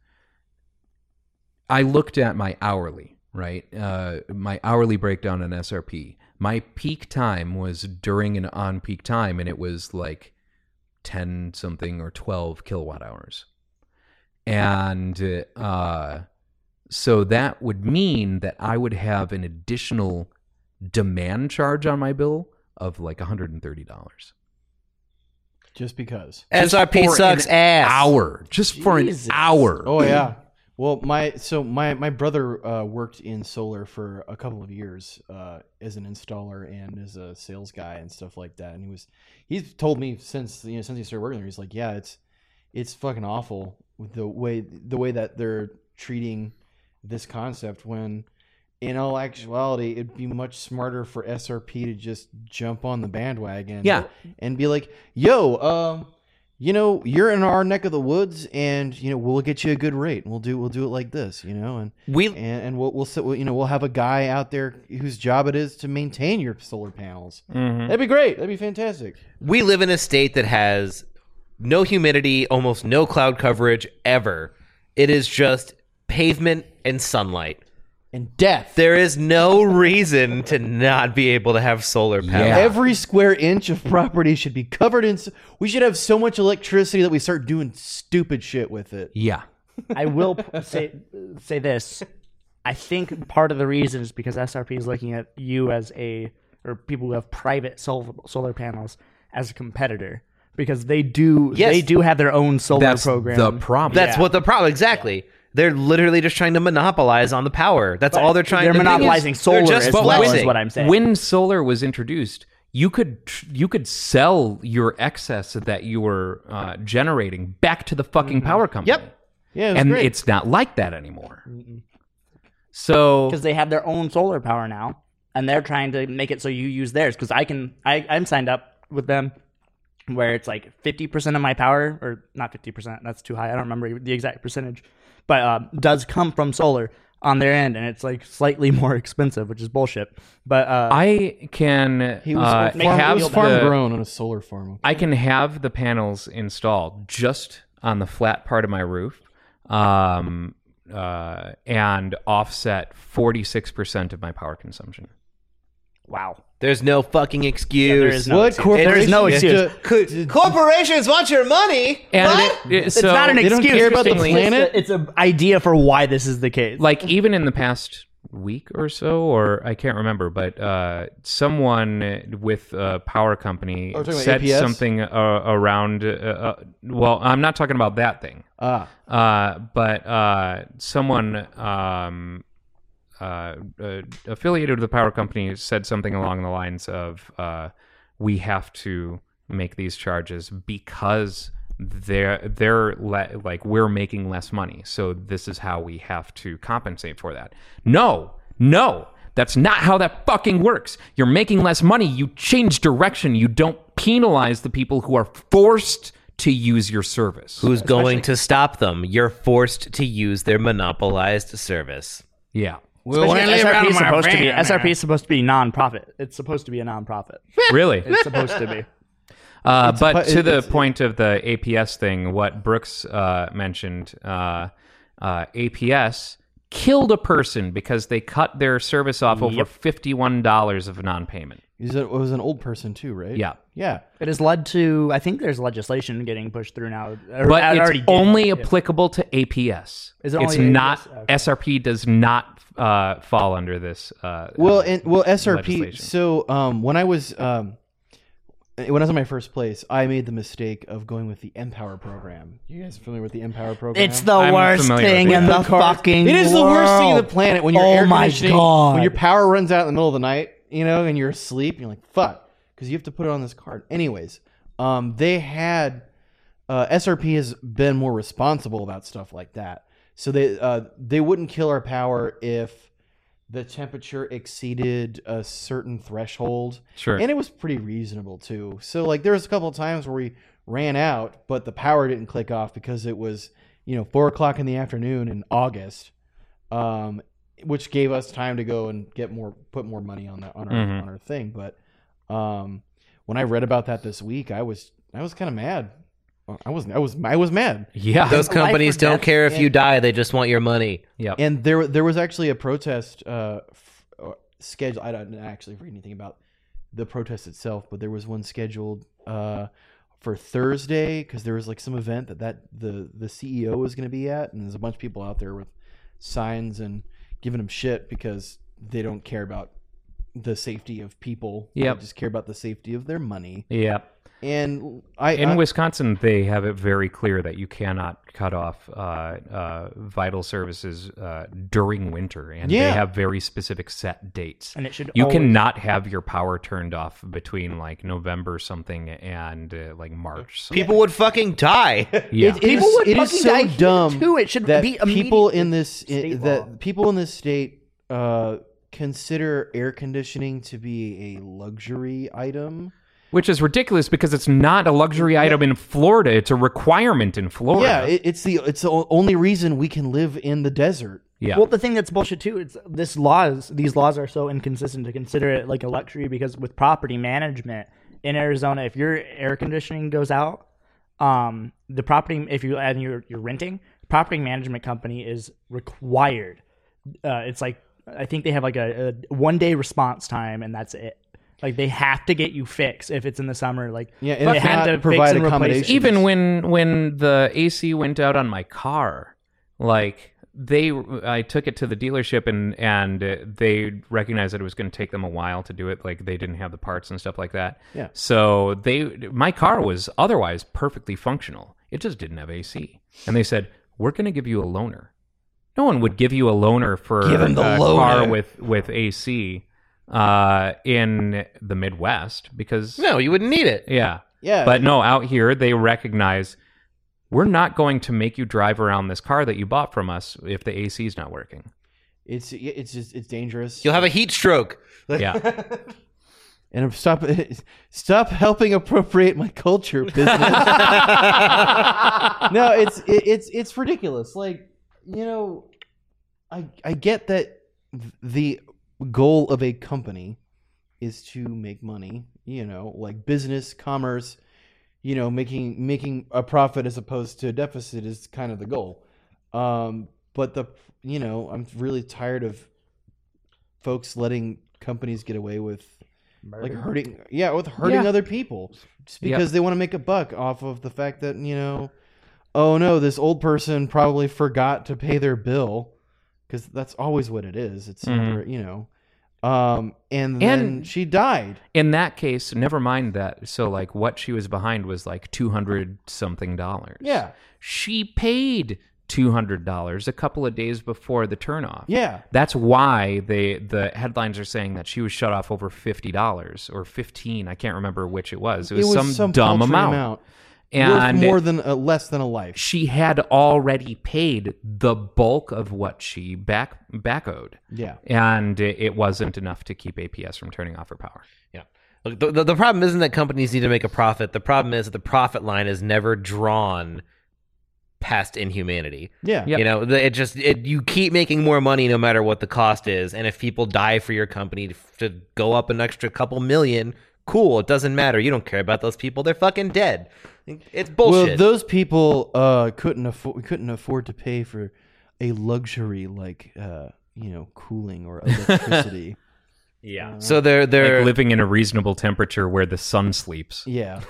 I looked at my hourly, right? Uh, my hourly breakdown on SRP. My peak time was during an on peak time, and it was like 10 something or 12 kilowatt hours. And uh, so that would mean that I would have an additional demand charge on my bill of like $130. Just because. SRP for sucks an ass. Hour. Just for an Jesus. hour. Oh yeah. Well, my so my my brother uh, worked in solar for a couple of years uh, as an installer and as a sales guy and stuff like that. And he was he's told me since you know since he started working there, he's like, yeah, it's it's fucking awful with the way the way that they're treating this concept when in all actuality, it'd be much smarter for SRP to just jump on the bandwagon. Yeah. And be like, yo, um, you know, you're in our neck of the woods and you know, we'll get you a good rate. We'll do we'll do it like this, you know, and We and, and we'll we'll sit we'll, you know, we'll have a guy out there whose job it is to maintain your solar panels. Hmm. That'd be great. That'd be fantastic. we live in a state that has no humidity, almost no cloud coverage ever. It is just pavement and sunlight. And death. There is no reason to not be able to have solar power. Yeah. Every square inch of property should be covered in. s- We should have so much electricity that we start doing stupid shit with it. yeah. I will p- say say this. I think part of the reason is because SRP is looking at you as a or people who have private sol- solar panels as a competitor because they do Yes. they do have their own solar That's program. the problem. That's what the problem exactly. They're literally just trying to monopolize on the power. That's all they're trying they're to do. monopolizing They're solar just as well is flexing. what I'm saying. When solar was introduced, you could tr- you could sell your excess that you were uh, generating back to the fucking power company. Yep. Yeah, it's and Mm-hmm. great. it's not like that anymore. So because they have their own solar power now and they're trying to make it so you use theirs because i can I, i'm signed up with them where it's like 50% of my power or not 50% that's too high i don't remember the exact percentage but uh, does come from solar on their end and it's like slightly more expensive which is bullshit but uh, I can he was uh, farm, he have was the- farm grown on a solar farm. I can have the panels installed just on the flat part of my roof, um, uh, and offset forty six percent of my power consumption. wow There's no fucking excuse. there is no What excuse. corporation? There is no is excuse. to- Could- corporations want your money. And What? it- it- it's so- not an they excuse don't care about the It's just a- planet? it's an idea for why this is the case like even in the past week or so or i can't remember but uh, someone with a power company we're Oh, talking about said APS? something uh, around uh, uh, well i'm not talking about that thing Ah, uh, but uh, someone um, uh, uh, affiliated with the power company said something along the lines of, uh, "We have to make these charges because they're they're le- like we're making less money, so this is how we have to compensate for that." No, no. That's not how that fucking works. You're making less money. You change direction. You don't penalize the people who are forced to use your service. Who's going to stop them? You're forced to use their monopolized service. Yeah. Especially if SRP is supposed to be SRP is supposed to be non-profit. It's supposed to be a non-profit. really? It's supposed to be. Uh, but pu- to it- the it's- point of the APS thing, what Brooks uh, mentioned, uh, uh, APS killed a person because they cut their service off over $51 of non payment. he's a, was an old person too, right? Yeah. yeah. It has led to. I think there's legislation getting pushed through now. or But it already it's did. only applicable to APS. Is it it's only not, APS? SRP does not uh, fall under this. Uh, Well, uh, and well, SRP. legislation. So, um, when I was um, when I was in my first place, I made the mistake of going with the Empower program. You guys familiar with the Empower program? It's the I'm worst familiar with thing it. in the fucking. It is the worst thing on the world. planet when your Oh air my conditioning, God. when your power runs out in the middle of the night, you know, and you're asleep, and you're like, fuck, because you have to put it on this card. Anyways, um, they had uh, SRP has been more responsible about stuff like that, so they uh, they wouldn't kill our power if the temperature exceeded a certain threshold. Sure. And it was pretty reasonable too. So like there was a couple of times where we ran out, but the power didn't click off because it was you know four o'clock in the afternoon in August, um, which gave us time to go and get more, put more money on that on our Mhm. on our thing. But um, when I read about that this week, I was I was kind of mad. I was I was I was mad. yeah. Those companies don't care if you die; they just want your money. Yep. And there, there was actually a protest uh, f- uh, scheduled. I don't actually read anything about the protest itself, but there was one scheduled uh, for Thursday because there was like some event that, that the the CEO was going to be at, and there's a bunch of people out there with signs and giving them shit because they don't care about the safety of people. Yeah, Yep. They just care about the safety of their money. Yep. And I In I- Wisconsin, they have it very clear that you cannot cut off uh, uh, vital services uh, during winter, and Yeah. they have very specific set dates. And it should. You always- cannot have your power turned off between like November something and uh, like March. something. People would fucking die. yeah, It- it People is- would it is fucking so die here, dumb too. It should that be people immediate in this state law. that people in this state uh, consider air conditioning to be a luxury item. Which is ridiculous because it's not a luxury item in Florida. It's a requirement in Florida. Yeah, it, it's the it's the o- only reason we can live in the desert. yeah. Well, the thing that's bullshit too is this laws. These laws are so inconsistent to consider it like a luxury because with property management in Arizona, if your air conditioning goes out, um, the property if you and you're you're renting, property management company is required. Uh, it's like I think they have like a, a one day response time, and that's it. Like they have to get you fixed if it's in the summer. Like Yeah, and they if had not, to fix provide and replace it. accommodations. even when when the AC went out on my car, like they I took it to the dealership and and uh, they recognized that it was going to take them a while to do it like they didn't have the parts and stuff like that. Yeah. So they my car was otherwise perfectly functional. It just didn't have AC. And they said, "We're going to give you a loaner." No one would give you a loaner for Give 'em the a car loaner. with with AC uh in the Midwest because No, you wouldn't need it. yeah. Yeah, But no, out here they recognize we're not going to make you drive around this car that you bought from us if the AC is not working. it's it's just it's dangerous. You'll have a heat stroke. Yeah. and I'm stop stop helping appropriate my culture business. no, it's it, it's it's ridiculous. Like you know, I I get that th- the goal of a company is to make money. You know, like business, commerce. You know, making making a profit as opposed to a deficit is kind of the goal. Um, but the you know, I'm really tired of folks letting companies get away with like hurting yeah with hurting other people just Yep. because they want to make a buck off of the fact that you know oh no this old person probably forgot to pay their bill because that's always what it is it's Mhm. never you know um and then And- she died In that case, never mind that. So like what she was behind was like 200 something dollars. yeah She paid $200 a couple of days before the turnoff. yeah That's why they the headlines are saying that she was shut off over $50 or 15, I can't remember which it was. It was, some, dumb paltry amount. And worth more than uh, less than a life she had already paid the bulk of what she back back owed, yeah and it it wasn't enough to keep APS from turning off her power. Yeah. Look, the, the, the problem isn't that companies need to make a profit. The problem is that the profit line is never drawn past inhumanity. yeah Yep. You know, the, it just it, you keep making more money no matter what the cost is, and if people die for your company to, to go up an extra couple million, cool, it doesn't matter. You don't care about those people; they're fucking dead. It's well bullshit. those people uh couldn't afford couldn't afford to pay for a luxury like uh you know cooling or electricity Yeah, so they're they're like living in a reasonable temperature where the sun sleeps. yeah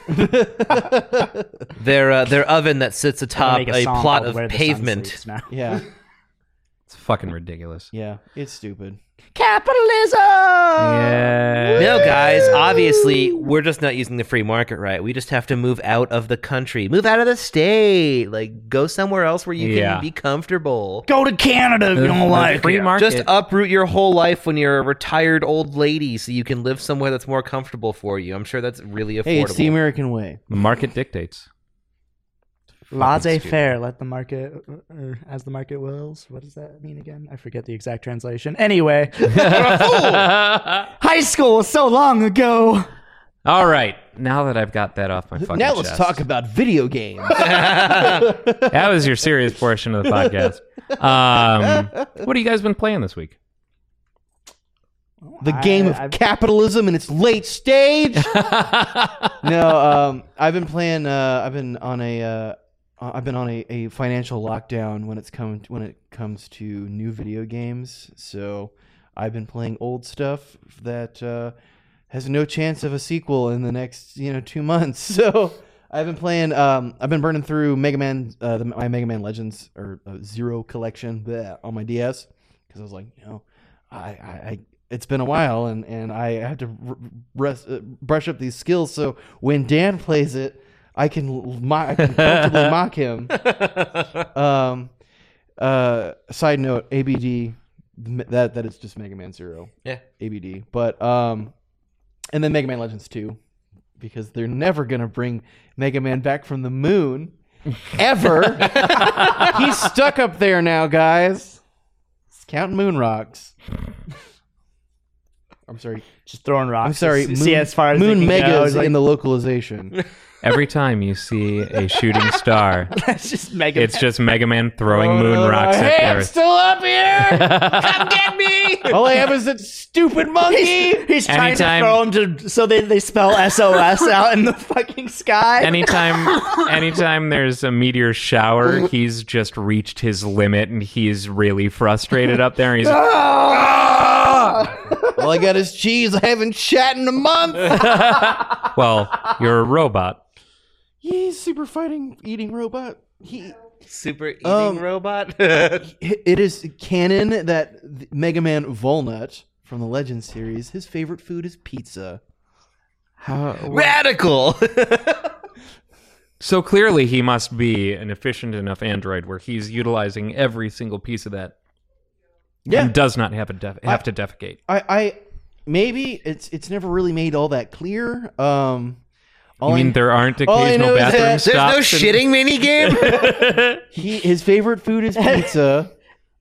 their uh, their oven that sits Gonna atop make a, song plot called of Where the Sun pavement. Sleeps Now. Yeah, It's fucking ridiculous. yeah, it's stupid. Yeah, No, guys, obviously we're just not using the free market right. We just have to move out of the country, move out of the state, like go somewhere else where you Yeah. can be comfortable. Go to Canada if you don't like free it. market. Just uproot your whole life when you're a retired old lady so you can live somewhere that's more comfortable for you. I'm sure that's really affordable. Hey, it's the American way. the market dictates. Laissez faire, let the market, or as the market wills. What does that mean again? I forget the exact translation. Anyway, high school was so long ago. All right, now that I've got that off my fucking now let's chest. talk about video games. that was your serious portion of the podcast. Um, what have you guys been playing this week? the game of I- I've- capitalism in its late stage. no, um, I've been playing. Uh, I've been on a. Uh, I've been on a, a financial lockdown when it's come when it comes to new video games. So I've been playing old stuff that uh, has no chance of a sequel in the next you know two months. So I've been playing. Um, I've been burning through Mega Man, uh, the, my Mega Man Legends or uh, Zero Collection bleh, on my DS because I was like, you know, I, I, I it's been a while and and I have to r- rest, uh, brush up these skills so when Dan plays it, I can l- mo- I can comfortably mock him. Um, uh, side note, ABD that that is just Mega Man Zero. Yeah. ABD, but um, and then Mega Man Legends Two because they're never gonna bring Mega Man back from the moon. Ever. He's stuck up there now, guys. It's counting moon rocks. I'm sorry. Just throwing rocks. I'm sorry. to see as far as Moon they can go. megas It's like- in the localization. Every time you see a shooting star, That's just Mega. it's just Mega Man throwing moon rocks Oh, hey, at I'm Earth. still up here. All I have is that stupid monkey. He's, he's trying Anytime- to throw him to so they, they spell SOS out in the fucking sky. anytime anytime there's a meteor shower, he's just reached his limit and he's really frustrated up there. He's like, Ah! All I got is cheese. I haven't shat in a month. well, you're a robot. He's super fighting eating robot. He Super eating Um, robot. That's it is canon that th- Mega Man Volnut from the Legends series, his favorite food is pizza. How radical. So clearly he must be an efficient enough android where he's utilizing every single piece of that Yeah. and does not have a def- have to defecate. I, I maybe it's it's never really made all that clear. Um, all I I- mean there aren't all I occasional know is that bathroom there's stops. There's no and- shitting mini game. he his favorite food is pizza.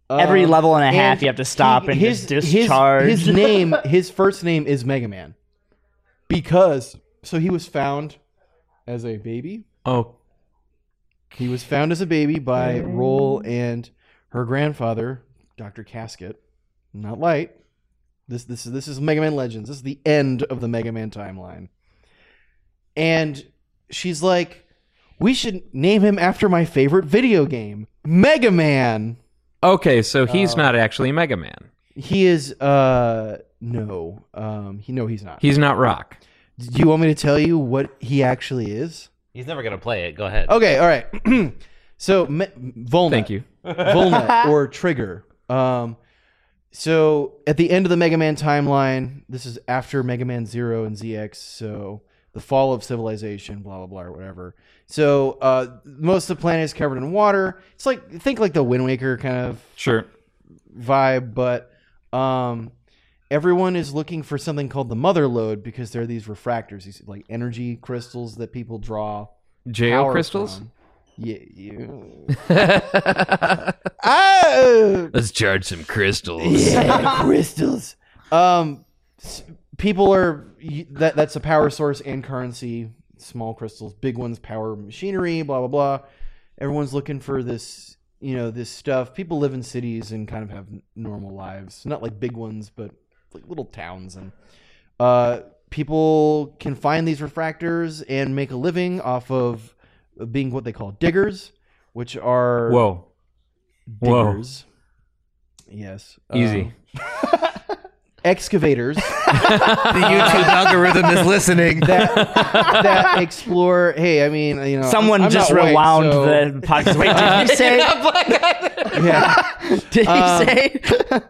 Every Um, level and a half, and you have to stop and his, just discharge. His, his name, his first name is Mega Man, because so he was found as a baby. Oh, He was found as a baby by Roll and her grandfather, Doctor Casket. Not light. This this is this is Mega Man Legends. This is the end of the Mega Man timeline. And she's like, "We should name him after my favorite video game, Mega Man." okay, so he's not Uh. actually Mega Man. He is uh no. Um he no he's not. He's not Rock. Do you want me to tell you what he actually is? He's never gonna play it. Go ahead. Okay, all right. so me- Volnut. Thank you. Volnut or Trigger. Um so at the end of the Mega Man timeline, this is after Mega Man 0 and ZX, so the fall of civilization, blah blah blah or whatever. So uh most of the planet is covered in water. It's like think like the Wind Waker kind of Sure. vibe, but um, everyone is looking for something called the mother load because there are these refractors, these like energy crystals that people draw. JL power crystals? from. Yeah. you- oh, Let's charge some crystals. crystals. Um, s- people are y- that that's a power source and currency. Small crystals, big ones power machinery. Blah blah blah. Everyone's looking for this, you know, this stuff. People live in cities and kind of have n- normal lives, not like big ones, but like little towns. And uh, people can find these refractors and make a living off of being what they call diggers, which are Whoa. Whoa. diggers. Yes. Easy. Um, excavators The YouTube algorithm is listening. that that explore. Hey, I mean, you know, Someone I'm- I'm just not white, rewound so- the podcast. Wait, did you say? Yeah. Did you Um, say?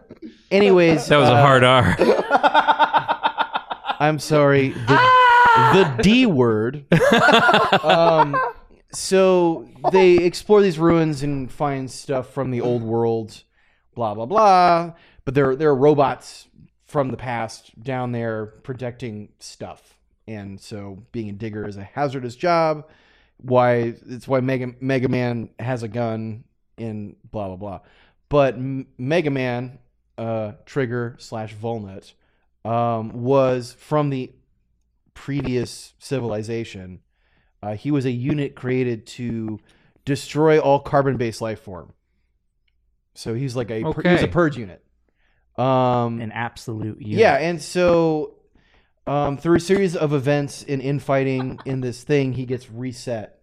Anyways, That was a uh, hard R. I'm sorry. The, the D word. um, so they explore these ruins and find stuff from the old world, blah blah blah. But there there are robots from the past down there protecting stuff, and so being a digger is a hazardous job. Why it's why Mega Mega Man has a gun in blah blah blah. But M- Mega Man, uh, Trigger slash Volnut, um, was from the previous civilization. Uh, he was a unit created to destroy all carbon-based life form. So he's like a pur- he was a Okay. purge unit. Um, An absolute yeah, and so um, through a series of events and infighting in this thing, he gets reset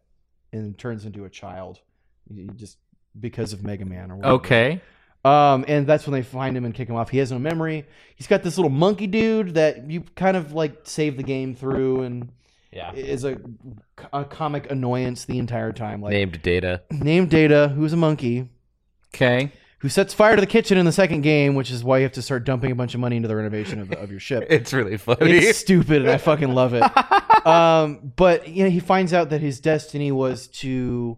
and turns into a child, He- just because of Mega Man or whatever. Okay. Um, and that's when they find him and kick him off. He has no memory. He's got this little monkey dude that you kind of like save the game through, and Yeah. is a, a comic annoyance the entire time. Like Named Data. named Data, who's a monkey Okay. who sets fire to the kitchen in the second game, which is why you have to start dumping a bunch of money into the renovation of, of your ship. It's really funny. It's stupid, and I fucking love it. Um, but you know, he finds out that his destiny was to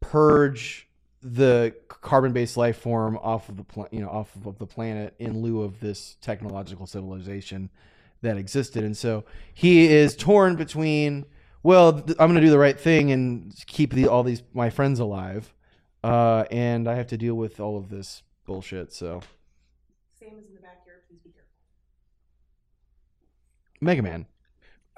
purge the carbon-based life form off of the pla- you know off of the planet in lieu of this technological civilization that existed, and so he is torn between. Well, th- I'm going to do the right thing and keep the, all these my friends alive, uh, and I have to deal with all of this bullshit. So Mega Man.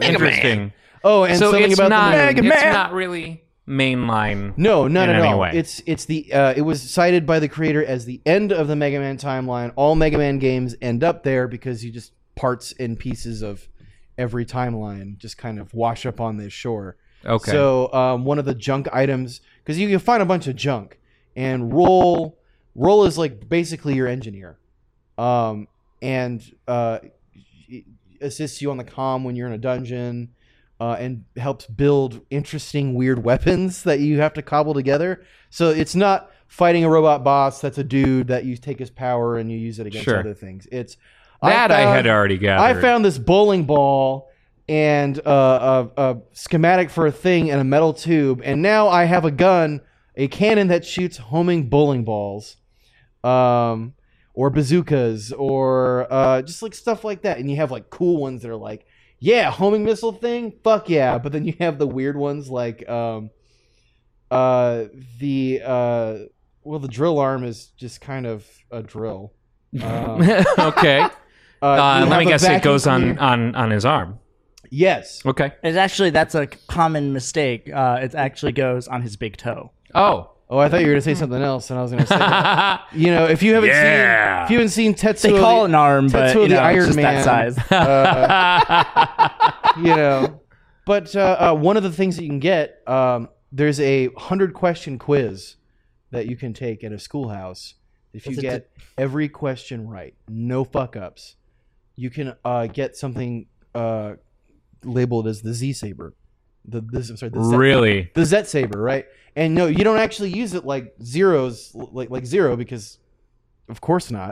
Interesting. Oh, and so something it's about not the moon. it's Man. not really mainline. No, not in at any all. way. It's it's the uh, it was cited by the creator as the end of the Mega Man timeline. All Mega Man games end up there because you just parts and pieces of every timeline just kind of wash up on this shore. Okay. So um, one of the junk items because you can find a bunch of junk and roll roll is like basically your engineer, um, and uh, it assists you on the comm when you're in a dungeon. Uh, and helps build interesting, weird weapons that you have to cobble together. So it's not fighting a robot boss that's a dude that you take his power and you use it against Sure. other things. It's that I, found- had already gathered. I found this bowling ball and uh, a, a schematic for a thing and a metal tube, and now I have a gun, a cannon that shoots homing bowling balls, um, or bazookas, or uh, just like stuff like that. And you have like cool ones that are like, yeah, homing missile thing, fuck yeah. But then you have the weird ones like um, uh, the uh, well, the drill arm is just kind of a drill. Um, okay. uh, Uh, you let have me a guess. It vacuum goes on, cleaner- on on his arm. Yes. Okay. It's actually that's a common mistake. Uh, it actually goes on his big toe. Oh. Oh, I thought you were going to say something else, and I was going to say, that. you know, if you haven't seen, if you haven't seen Tetsuo, They call it an arm, Tetsuo but you the know, Iron it's just Man. that size. uh, you know, but uh, uh, one of the things that you can get, um, there's a hundred question quiz that you can take at a schoolhouse. If you It's a get every question right, no fuck ups, you can uh, get something uh, labeled as the Z saber. The this I'm sorry, the Z- really? the Zet saber, right? And no, you don't actually use it like zeros, like like zero, because of course not.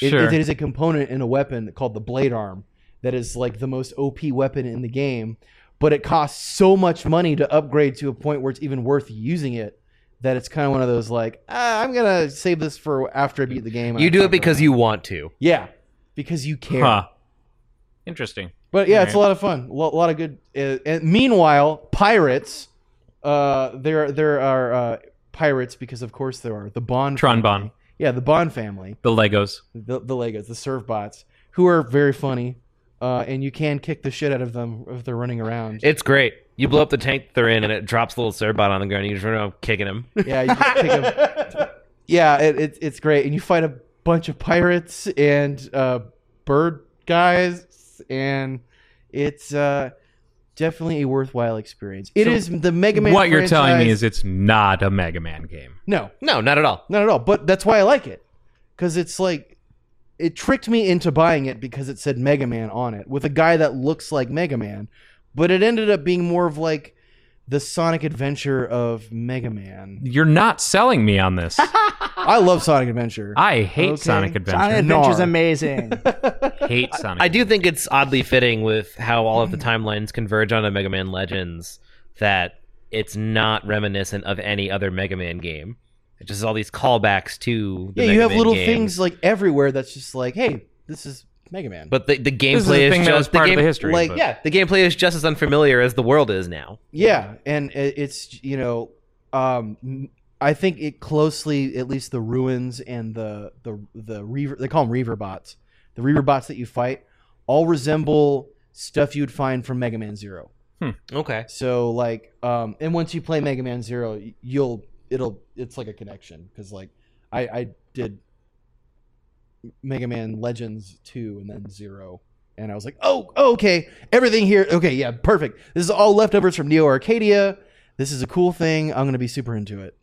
It- Sure. it is a component in a weapon called the blade arm that is like the most OP weapon in the game, but it costs so much money to upgrade to a point where it's even worth using it that it's kind of one of those like ah, I'm gonna save this for after I beat the game. You do it because you want to. yeah, because you care. Huh. Interesting. But yeah, it's a lot of fun. A lot, lot of good. Uh, and meanwhile, pirates. Uh, there there are uh, pirates because of course there are the Bond. Tron Bon. Yeah, the Bond family, The Legos. the, the Legos, the Surf bots, who are very funny, uh, and you can kick the shit out of them if they're running around. It's great. You blow up the tank that they're in, and it drops the little Cerbot on the ground. And you just run around kicking him. Yeah, you just kick 'em. Yeah, it, it, it's great, and you fight a bunch of pirates and uh, bird guys, and it's uh, definitely a worthwhile experience. It So is the Mega Man. what you're telling me franchise- is it's not a Mega Man game. no, No, not at all. not at all. But that's why I like it, because it's like it tricked me into buying it because it said Mega Man on it with a guy that looks like Mega Man, but it ended up being more of like the Sonic Adventure of Mega Man. You're not selling me on this. I love Sonic Adventure. I hate Okay. Sonic Sonic Adventure. Adventure's Gnar. amazing. hate Sonic. I do think it's oddly fitting with how all of the timelines converge onto Mega Man Legends that it's not reminiscent of any other Mega Man game. It just all these callbacks to the yeah, you Mega have Man little games. things like everywhere that's just like, hey, this is Mega Man. but the, the This is the gameplay is, thing that just was part the game, of the history. like, but- Yeah, the gameplay is just as unfamiliar as the world is now. Yeah, and i- it's you know, um, I think it closely, at least the ruins and the the the reaver, they call them reaver bots. The reaver bots that you fight all resemble stuff you'd find from Mega Man Zero. Okay. So like, um, and once you play Mega Man Zero, y- you'll it'll it's like a connection because like I I did Mega Man Legends two and then Zero, and I was like, oh, oh, okay, everything here, okay, yeah, perfect. This is all leftovers from Neo Arcadia. This is a cool thing. I'm gonna be super into it,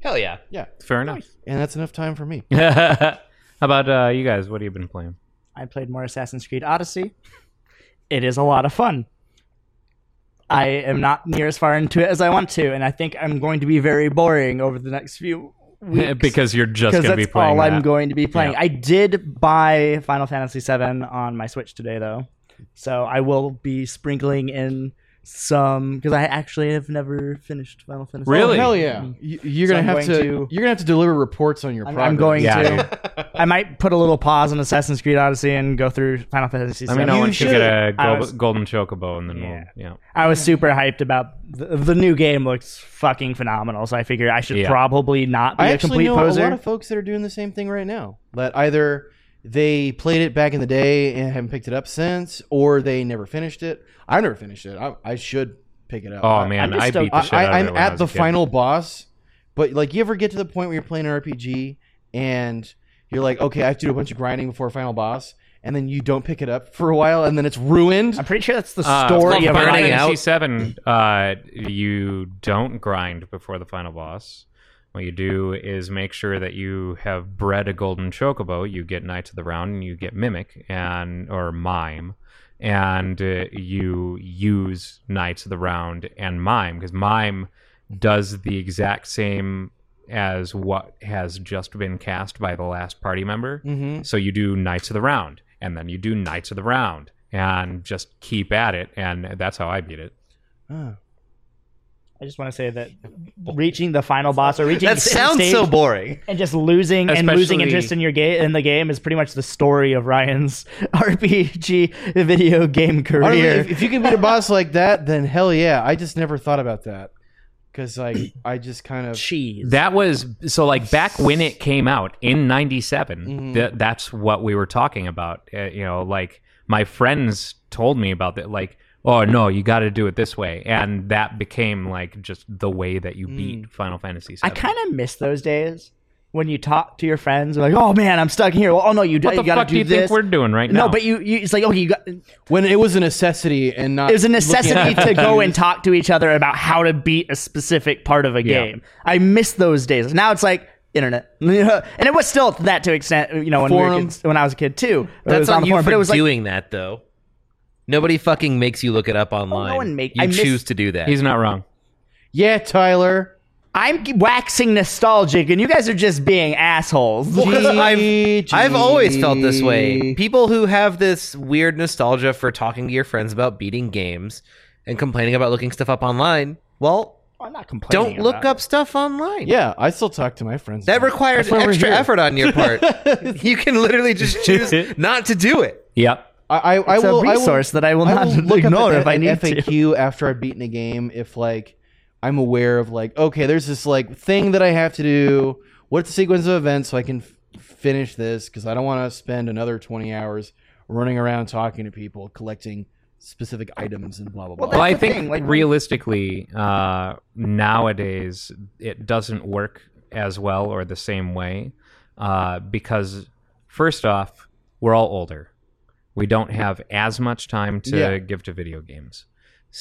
Hell yeah. Fair enough. and that's enough time for me. How about uh, you guys? What have you been playing? I played more Assassin's Creed Odyssey. It is a lot of fun. I am not near as far into it as I want to, and I think I'm going to be very boring over the next few weeks because you're just because going to that's be playing all that. I'm going to be playing. Yeah. I did buy Final Fantasy VII on my Switch today, though, so I will be sprinkling in some because I actually have never finished Final Fantasy. Really? Oh, Hell yeah! You, you're Mm-hmm. So gonna I'm have going to, to- you're gonna have to deliver reports on your. I'm, progress. I'm going Yeah, to. I might put a little pause on Assassin's Creed Odyssey and go through Final Fantasy. I mean, VII. I want you to get a I gold, was- golden chocobo, and then we'll yeah. I was super hyped about the, the new game. Looks fucking phenomenal, so I figured I should Yeah. probably not be I a actually complete know a poser. lot of folks that are doing the same thing right now. That either they played it back in the day and haven't picked it up since, or they never finished it. I never finished it. I, I should pick it up. Oh I- man, I'm I, just a- beat the I, shit out of I, it am when I at was the a kid. final boss, but like you ever get to the point where you're playing an RPG and you're like, okay, I have to do a bunch of grinding before final boss, and then you don't pick it up for a while, and then it's ruined. I'm pretty sure that's the Uh, story called of Final Burning like, Out. Fantasy Seven. Uh, you don't grind before the final boss. What you do is make sure that you have bred a golden chocobo. You get Knights of the Round, and you get Mimic and or Mime, and uh, you use Knights of the Round and Mime because Mime does the exact same as what has just been cast by the last party member. Mm-hmm. So you do Knights of the Round, and then you do Knights of the Round, and just keep at it. And that's how I beat it. I just want to say that reaching the final boss or reaching That the sounds stage so boring. and just losing and losing Especially- interest in your game in the game is pretty much the story of Ryan's RPG video game Honestly, career. if, if you can beat a boss like that, then hell yeah. I just never thought about that because like I just kind of Cheese. That was so like back when it came out in '97. Mm-hmm. Mhm. Th- that's what we were talking about. Uh, you know, like my friends told me about that. Like, oh no, you got to do it this way, and that became like just the way that you Mm. beat Final Fantasy. I kind of miss those days when you talk to your friends like, "Oh man, I'm stuck here." Well, oh no, you, What you the got fuck to do you this. think we're doing right now? no, but you, you it's like okay, you got when it was a necessity and not it was a necessity looking at- to go and talk to each other about how to beat a specific part of a Yeah. game. I miss those days. Now it's like internet, and it was still to that to extent. You know, when, we were Forum. kids, when I was a kid too, it That's was on the you forum, for but it was like. doing that though. Nobody fucking makes you look it up online. one make- you I miss- choose to do that. he's not wrong. yeah, Tyler. I'm g- waxing nostalgic, and you guys are just being assholes. 'cause I've, GG. I've always felt this way. People who have this weird nostalgia for talking to your friends about beating games and complaining about looking stuff up online, well, I'm not complaining. don't look about up stuff online. Yeah, I still talk to my friends. That requires why we're extra here. effort on your part. you can literally just choose not to do it. Yep. I, I, I It's a will, I will- resource that I will not look up ignore an- if I an need to. FAQ after I've beaten a game if like I'm aware of like okay, there's this like thing that I have to do. What's the sequence of events so I can f- finish this because I don't want to spend another 20 hours running around talking to people collecting specific items and blah blah blah. Well, Well, I That's the think thing, like- realistically, uh, nowadays it doesn't work as well or the same way uh, because, first off, we're all older. We don't have as much time to Yeah. give to video games.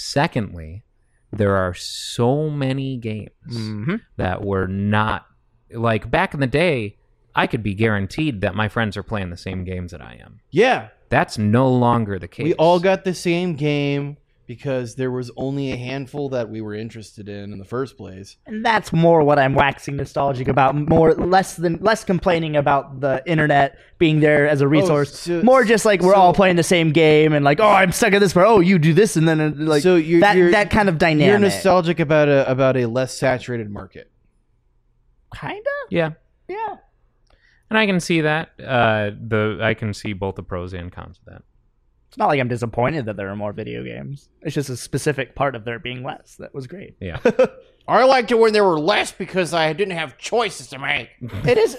Secondly, there are so many games Mhm. that were not like back in the day. I could be guaranteed that my friends are playing the same games that I am. yeah, That's no longer the case. we all got the same game because there was only a handful that we were interested in in the first place. And that's more what I'm waxing nostalgic about. More less than less complaining about the internet being there as a resource. Oh, so- more just like we're so- all playing the same game and like, oh, I'm stuck at this part. Oh, you do this and then uh, like So you're- that you're- that kind of You're dynamic. nostalgic about a about a less saturated market. Kinda, yeah. yeah. And I can see that. Uh, the I can see both the pros and cons of that. It's not like I'm disappointed that there are more video games. It's just a specific part of there being less. That was great. Yeah. I liked it when there were less because I didn't have choices to make. It is.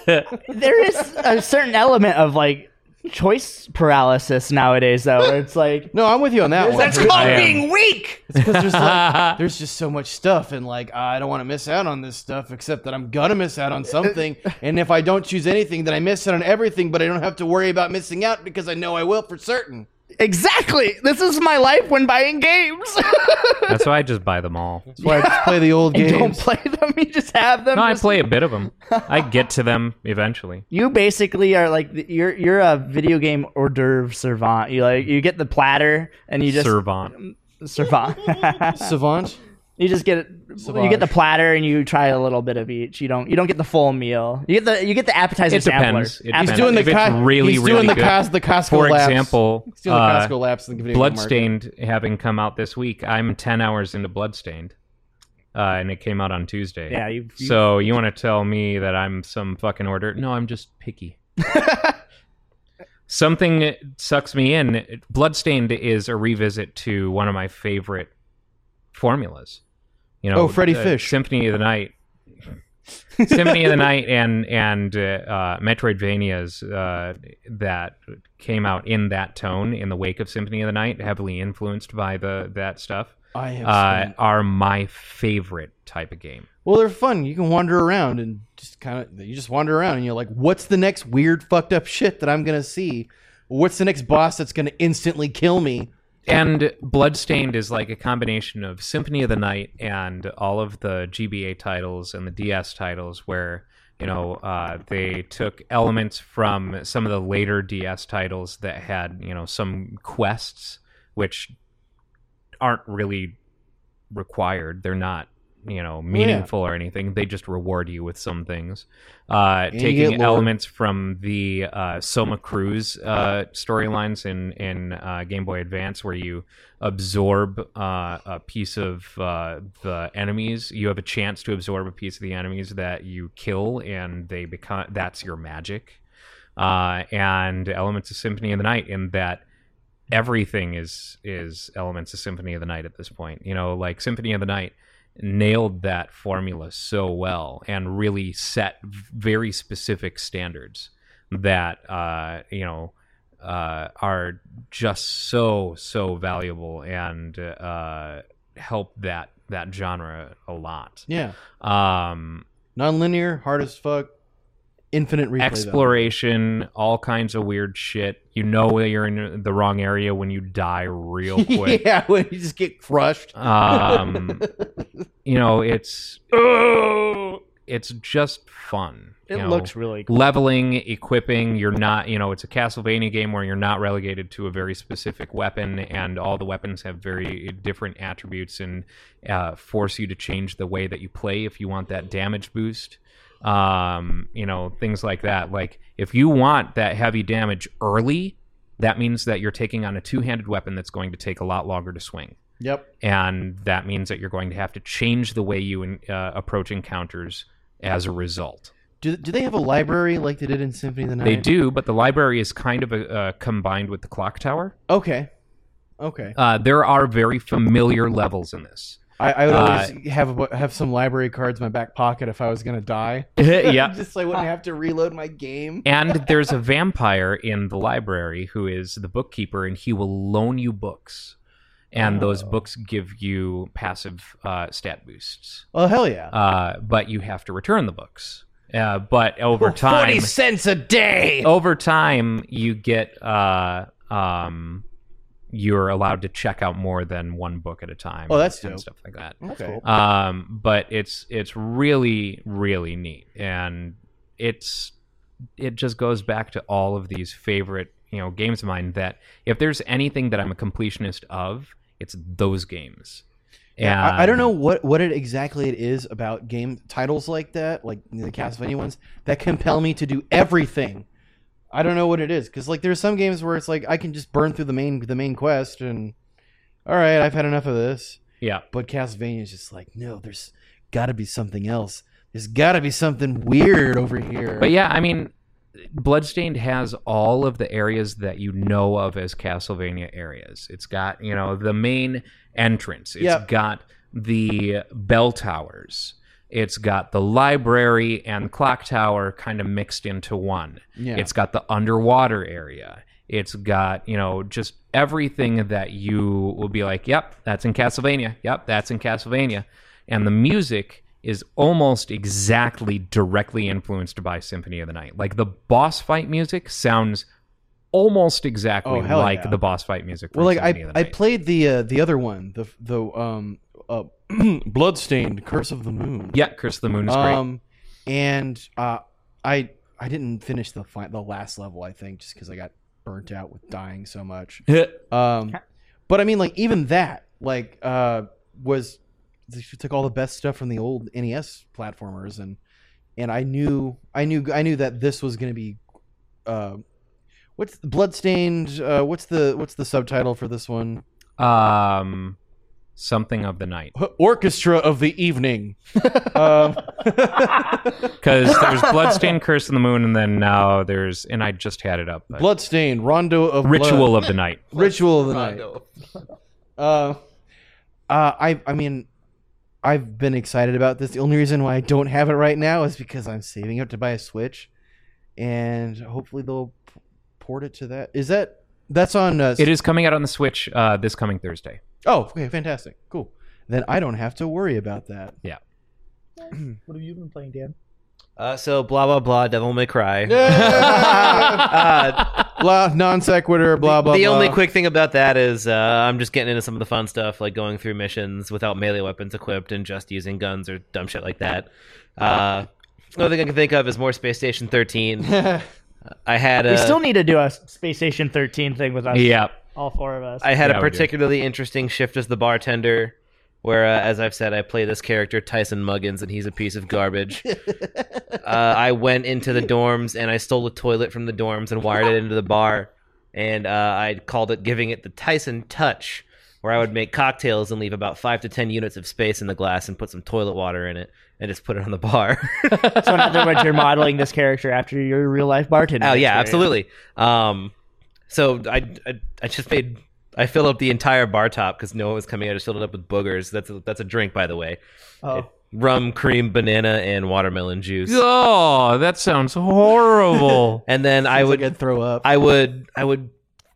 there is a certain element of like choice paralysis nowadays, though. Where it's like No, I'm with you on that one. That's called am. being weak. because there's like, there's just so much stuff and like I don't want to miss out on this stuff except that I'm gonna miss out on something and if I don't choose anything then I miss out on everything but I don't have to worry about missing out because I know I will for certain. Exactly. This is my life when buying games. That's why I just buy them all. That's why I just play the old you games. don't play them. You just have them. No, I just- play a bit of them. I get to them eventually. You basically are like the- you're you're a video game hors d'oeuvre servant. You like you get the platter and you just Servant. servant. Savant. you just get you get the platter and you try a little bit of each. You don't you don't get the full meal. You get the you get the appetizer It sampler. depends. It Appetizer. depends. He's doing the If it's co- really, he's doing really the, good. Cos- the Costco For laps. example, he's doing the uh, Costco laps in the video game market. Bloodstained having come out this week. I'm ten hours into Bloodstained, uh, and it came out on Tuesday. Yeah, you- you- so you want to tell me that I'm some fucking order? No, I'm just picky. Something sucks me in. Bloodstained is a revisit to one of my favorite formulas. You know, Oh, Freddy uh, Fish. Symphony of the Night. Symphony of the Night and and uh, uh, Metroidvanias uh, that came out in that tone in the wake of Symphony of the Night, heavily influenced by the that stuff, I have. uh, spent- are my favorite type of game. well, they're fun. You can wander around and just kind of you just wander around and you're like, what's the next weird fucked up shit that I'm gonna see? What's the next boss that's gonna instantly kill me? And Bloodstained is like a combination of Symphony of the Night and all of the GBA titles and the DS titles, where you know uh, they took elements from some of the later DS titles that had you know some quests which aren't really required. They're not you know meaningful or anything. They just reward you with some things. Uh, And you taking get lore. elements from the uh, Soma Cruz uh, storylines in in uh, Game Boy Advance, where you absorb uh, a piece of uh, the enemies. You have a chance to absorb a piece of the enemies that you kill, and they become that's your magic. Uh, and elements of Symphony of the Night, in that everything is is elements of Symphony of the Night at this point. You know, like Symphony of the Night nailed that formula so well and really set v- very specific standards that uh, you know uh, are just so so valuable and uh, help that that genre a lot. Yeah, Um, nonlinear, hard as fuck, infinite replay. value. exploration, all kinds of weird shit. You know you're in the wrong area when you die real quick. yeah, when you just get crushed. um you know it's oh, it's just fun It you know. looks really cool. leveling equipping you're not you know it's a castlevania game where you're not relegated to a very specific weapon and all the weapons have very different attributes and uh, force you to change the way that you play if you want that damage boost um you know things like that like if you want that heavy damage early that means that you're taking on a two-handed weapon that's going to take a lot longer to swing Yep. and that means that you're going to have to change the way you uh, approach encounters as a result. Do, do they have a library like they did in Symphony of the Night? They do, but the library is kind of uh, combined with the clock tower. Okay. Okay. Uh, there are very familiar levels in this. I, I would uh, always have a- have some library cards in my back pocket if I was gonna die, yeah. just so I wouldn't have to reload my game. And there's a vampire in the library who is the bookkeeper, and he will loan you books. And those books give you passive uh, stat boosts. Oh hell yeah! Uh, but you have to return the books. Uh, but over time. Forty cents a day. over time you get uh um you're allowed to check out more than one book at a time Oh, that's and dope. stuff like that okay. um but it's it's really really neat and it's it just goes back to all of these favorite you know games of mine that if there's anything that i'm a completionist of it's those games yeah I, I don't know what what it exactly it is about game titles like that, like the Castlevania ones, that compel me to do everything. I don't know what it is because like there's some games where it's like I can just burn through the main the main quest and all right, I've had enough of this. yeah But Castlevania's just like no, there's got to be something else. There's got to be something weird over here. But yeah, I mean, Bloodstained has all of the areas that you know of as Castlevania areas. It's got, you know, the main entrance, It's Yep. got the bell towers, it's got the library and clock tower kind of mixed into one. Yeah. It's got the underwater area. It's got, you know, just everything that you will be like, yep, that's in Castlevania. Yep, that's in Castlevania. And the music is almost exactly directly influenced by Symphony of the Night. Like the boss fight music sounds almost exactly Oh, hell like yeah. the boss fight music from well, like Symphony I of the I Night. played the uh, the other one, the the um uh, Bloodstained Curse of the Moon. yeah, Curse of the Moon is great. Um, and uh, I I didn't finish the fi- the last level. I think just because I got burnt out with dying so much. um, but I mean, like even that, like, uh, was they took all the best stuff from the old NES platformers, and and I knew I knew I knew that this was gonna be, uh, what's bloodstained? Uh, what's the what's the subtitle for this one? Um, something of the night. Orchestra of the evening. um, Because there's Bloodstained, Curse of the Moon, and then now there's, and I just had it up. but- bloodstained rondo of Blood. Ritual of the Night. ritual of the night. Uh, uh, I I mean, I've been excited about this. The only reason why I don't have it right now is because I'm saving up to buy a Switch, and hopefully they'll p- port it to that. Is that that's on? Uh, It is coming out on the Switch uh, this coming Thursday. Oh, okay, fantastic, cool. Then I don't have to worry about that. What have you been playing, Dan? Uh, so blah blah blah. Devil May Cry. uh, blah non sequitur. Blah blah. the blah. only quick thing about that is uh, I'm just getting into some of the fun stuff, like going through missions without melee weapons equipped and just using guns or dumb shit like that. Uh, the only thing I can think of is more Space Station 13. I had we a, still need to do a Space Station 13 thing with us. Yeah. all four of us. I had Yeah, a we do. particularly interesting shift as the bartender, where, uh, as I've said, I play this character Tyson Muggins, and he's a piece of garbage. uh, I went into the dorms and I stole a toilet from the dorms and wired it into the bar, and uh, I called it giving it the Tyson touch, where I would make cocktails and leave about five to ten units of space in the glass and put some toilet water in it and just put it on the bar. so in other words, you're modeling this character after your real life bartender. Oh yeah, experience. absolutely. Um, so I, I I just made I filled up the entire bar top because no one was coming. I just filled it up with boogers. That's a, that's a drink, by the way. Oh. Rum, cream, banana, and watermelon juice. Oh, that sounds horrible. And then I Sounds would like I'd throw up. I would I would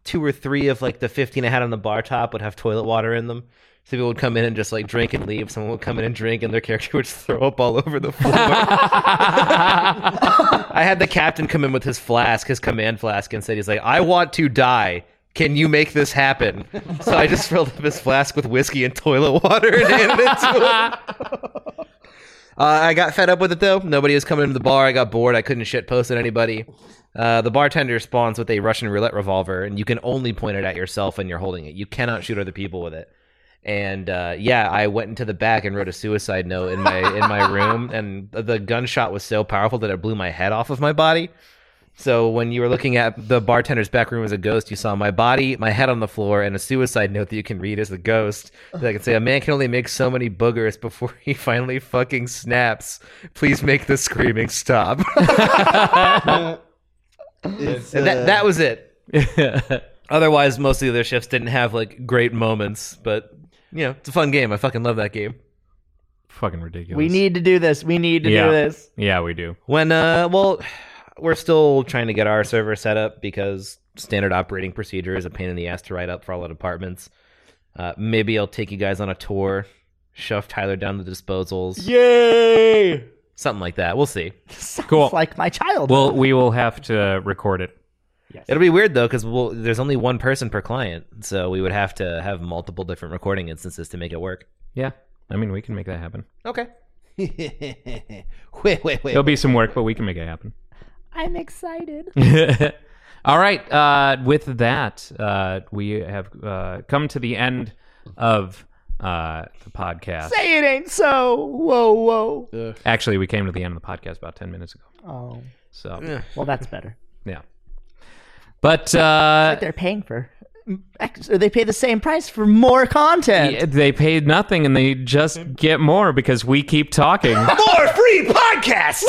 two or three of like the fifteen I had on the bar top would have toilet water in them. So people would come in and just like drink and leave. Someone would come in and drink, and their character would just throw up all over the floor. I had the captain come in with his flask, his command flask, and said, "He's like, I want to die. Can you make this happen?" So I just filled up his flask with whiskey and toilet water and handed it to him. Uh, I got fed up with it though. Nobody was coming into the bar. I got bored. I couldn't shit post at anybody. Uh, the bartender spawns with a Russian roulette revolver, and you can only point it at yourself when you're holding it. You cannot shoot other people with it. And uh, yeah, I went into the back and wrote a suicide note in my in my room, and the gunshot was so powerful that it blew my head off of my body. So when you were looking at the bartender's back room as a ghost, you saw my body, my head on the floor, and a suicide note that you can read as the ghost that I can say, "A man can only make so many boogers before he finally fucking snaps. Please make the screaming stop." It's, And that, uh, that was it. Otherwise, most of the other shifts didn't have like great moments, but you know, it's a fun game. I fucking love that game. Fucking ridiculous. We need to do this. We need to Yeah. do this. Yeah, we do. When uh, well, we're still trying to get our server set up because standard operating procedure is a pain in the ass to write up for all the departments. Uh, maybe I'll take you guys on a tour, shove Tyler down the disposals, Yay! something like that. We'll see. Sounds Cool. like my child. Well, we will have to record it. It'll be weird though because we'll, there's only one person per client, so we would have to have multiple different recording instances to make it work. Yeah. I mean, we can make that happen. Okay. wait, wait, wait. There'll be some work, but we can make it happen. I'm excited. All right. Uh, with that, uh, we have uh, come to the end of uh, the podcast. Say it ain't so. Whoa, whoa. Actually, we came to the end of the podcast about 10 minutes ago. Oh, So, well, that's better. yeah. But uh, But they're paying for. ex- They pay the same price for more content. yeah, they paid nothing and they just get more because we keep talking. More free podcast.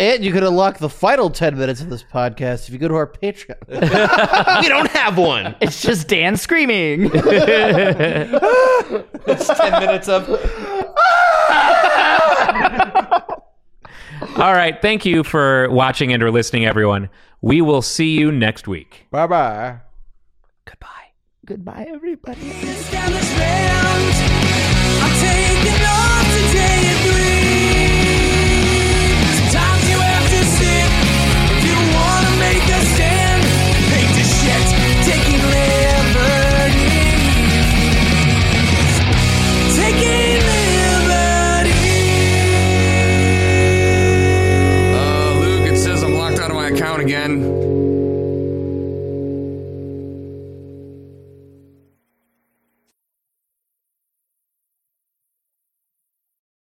And you could unlock the final ten minutes of this podcast if you go to our Patreon. we don't have one. It's just Dan screaming. Ten minutes of All right. Thank you for watching and or listening, everyone. We will see you next week. bye bye. Goodbye, everybody. This time it's round. I'm taking off today and free.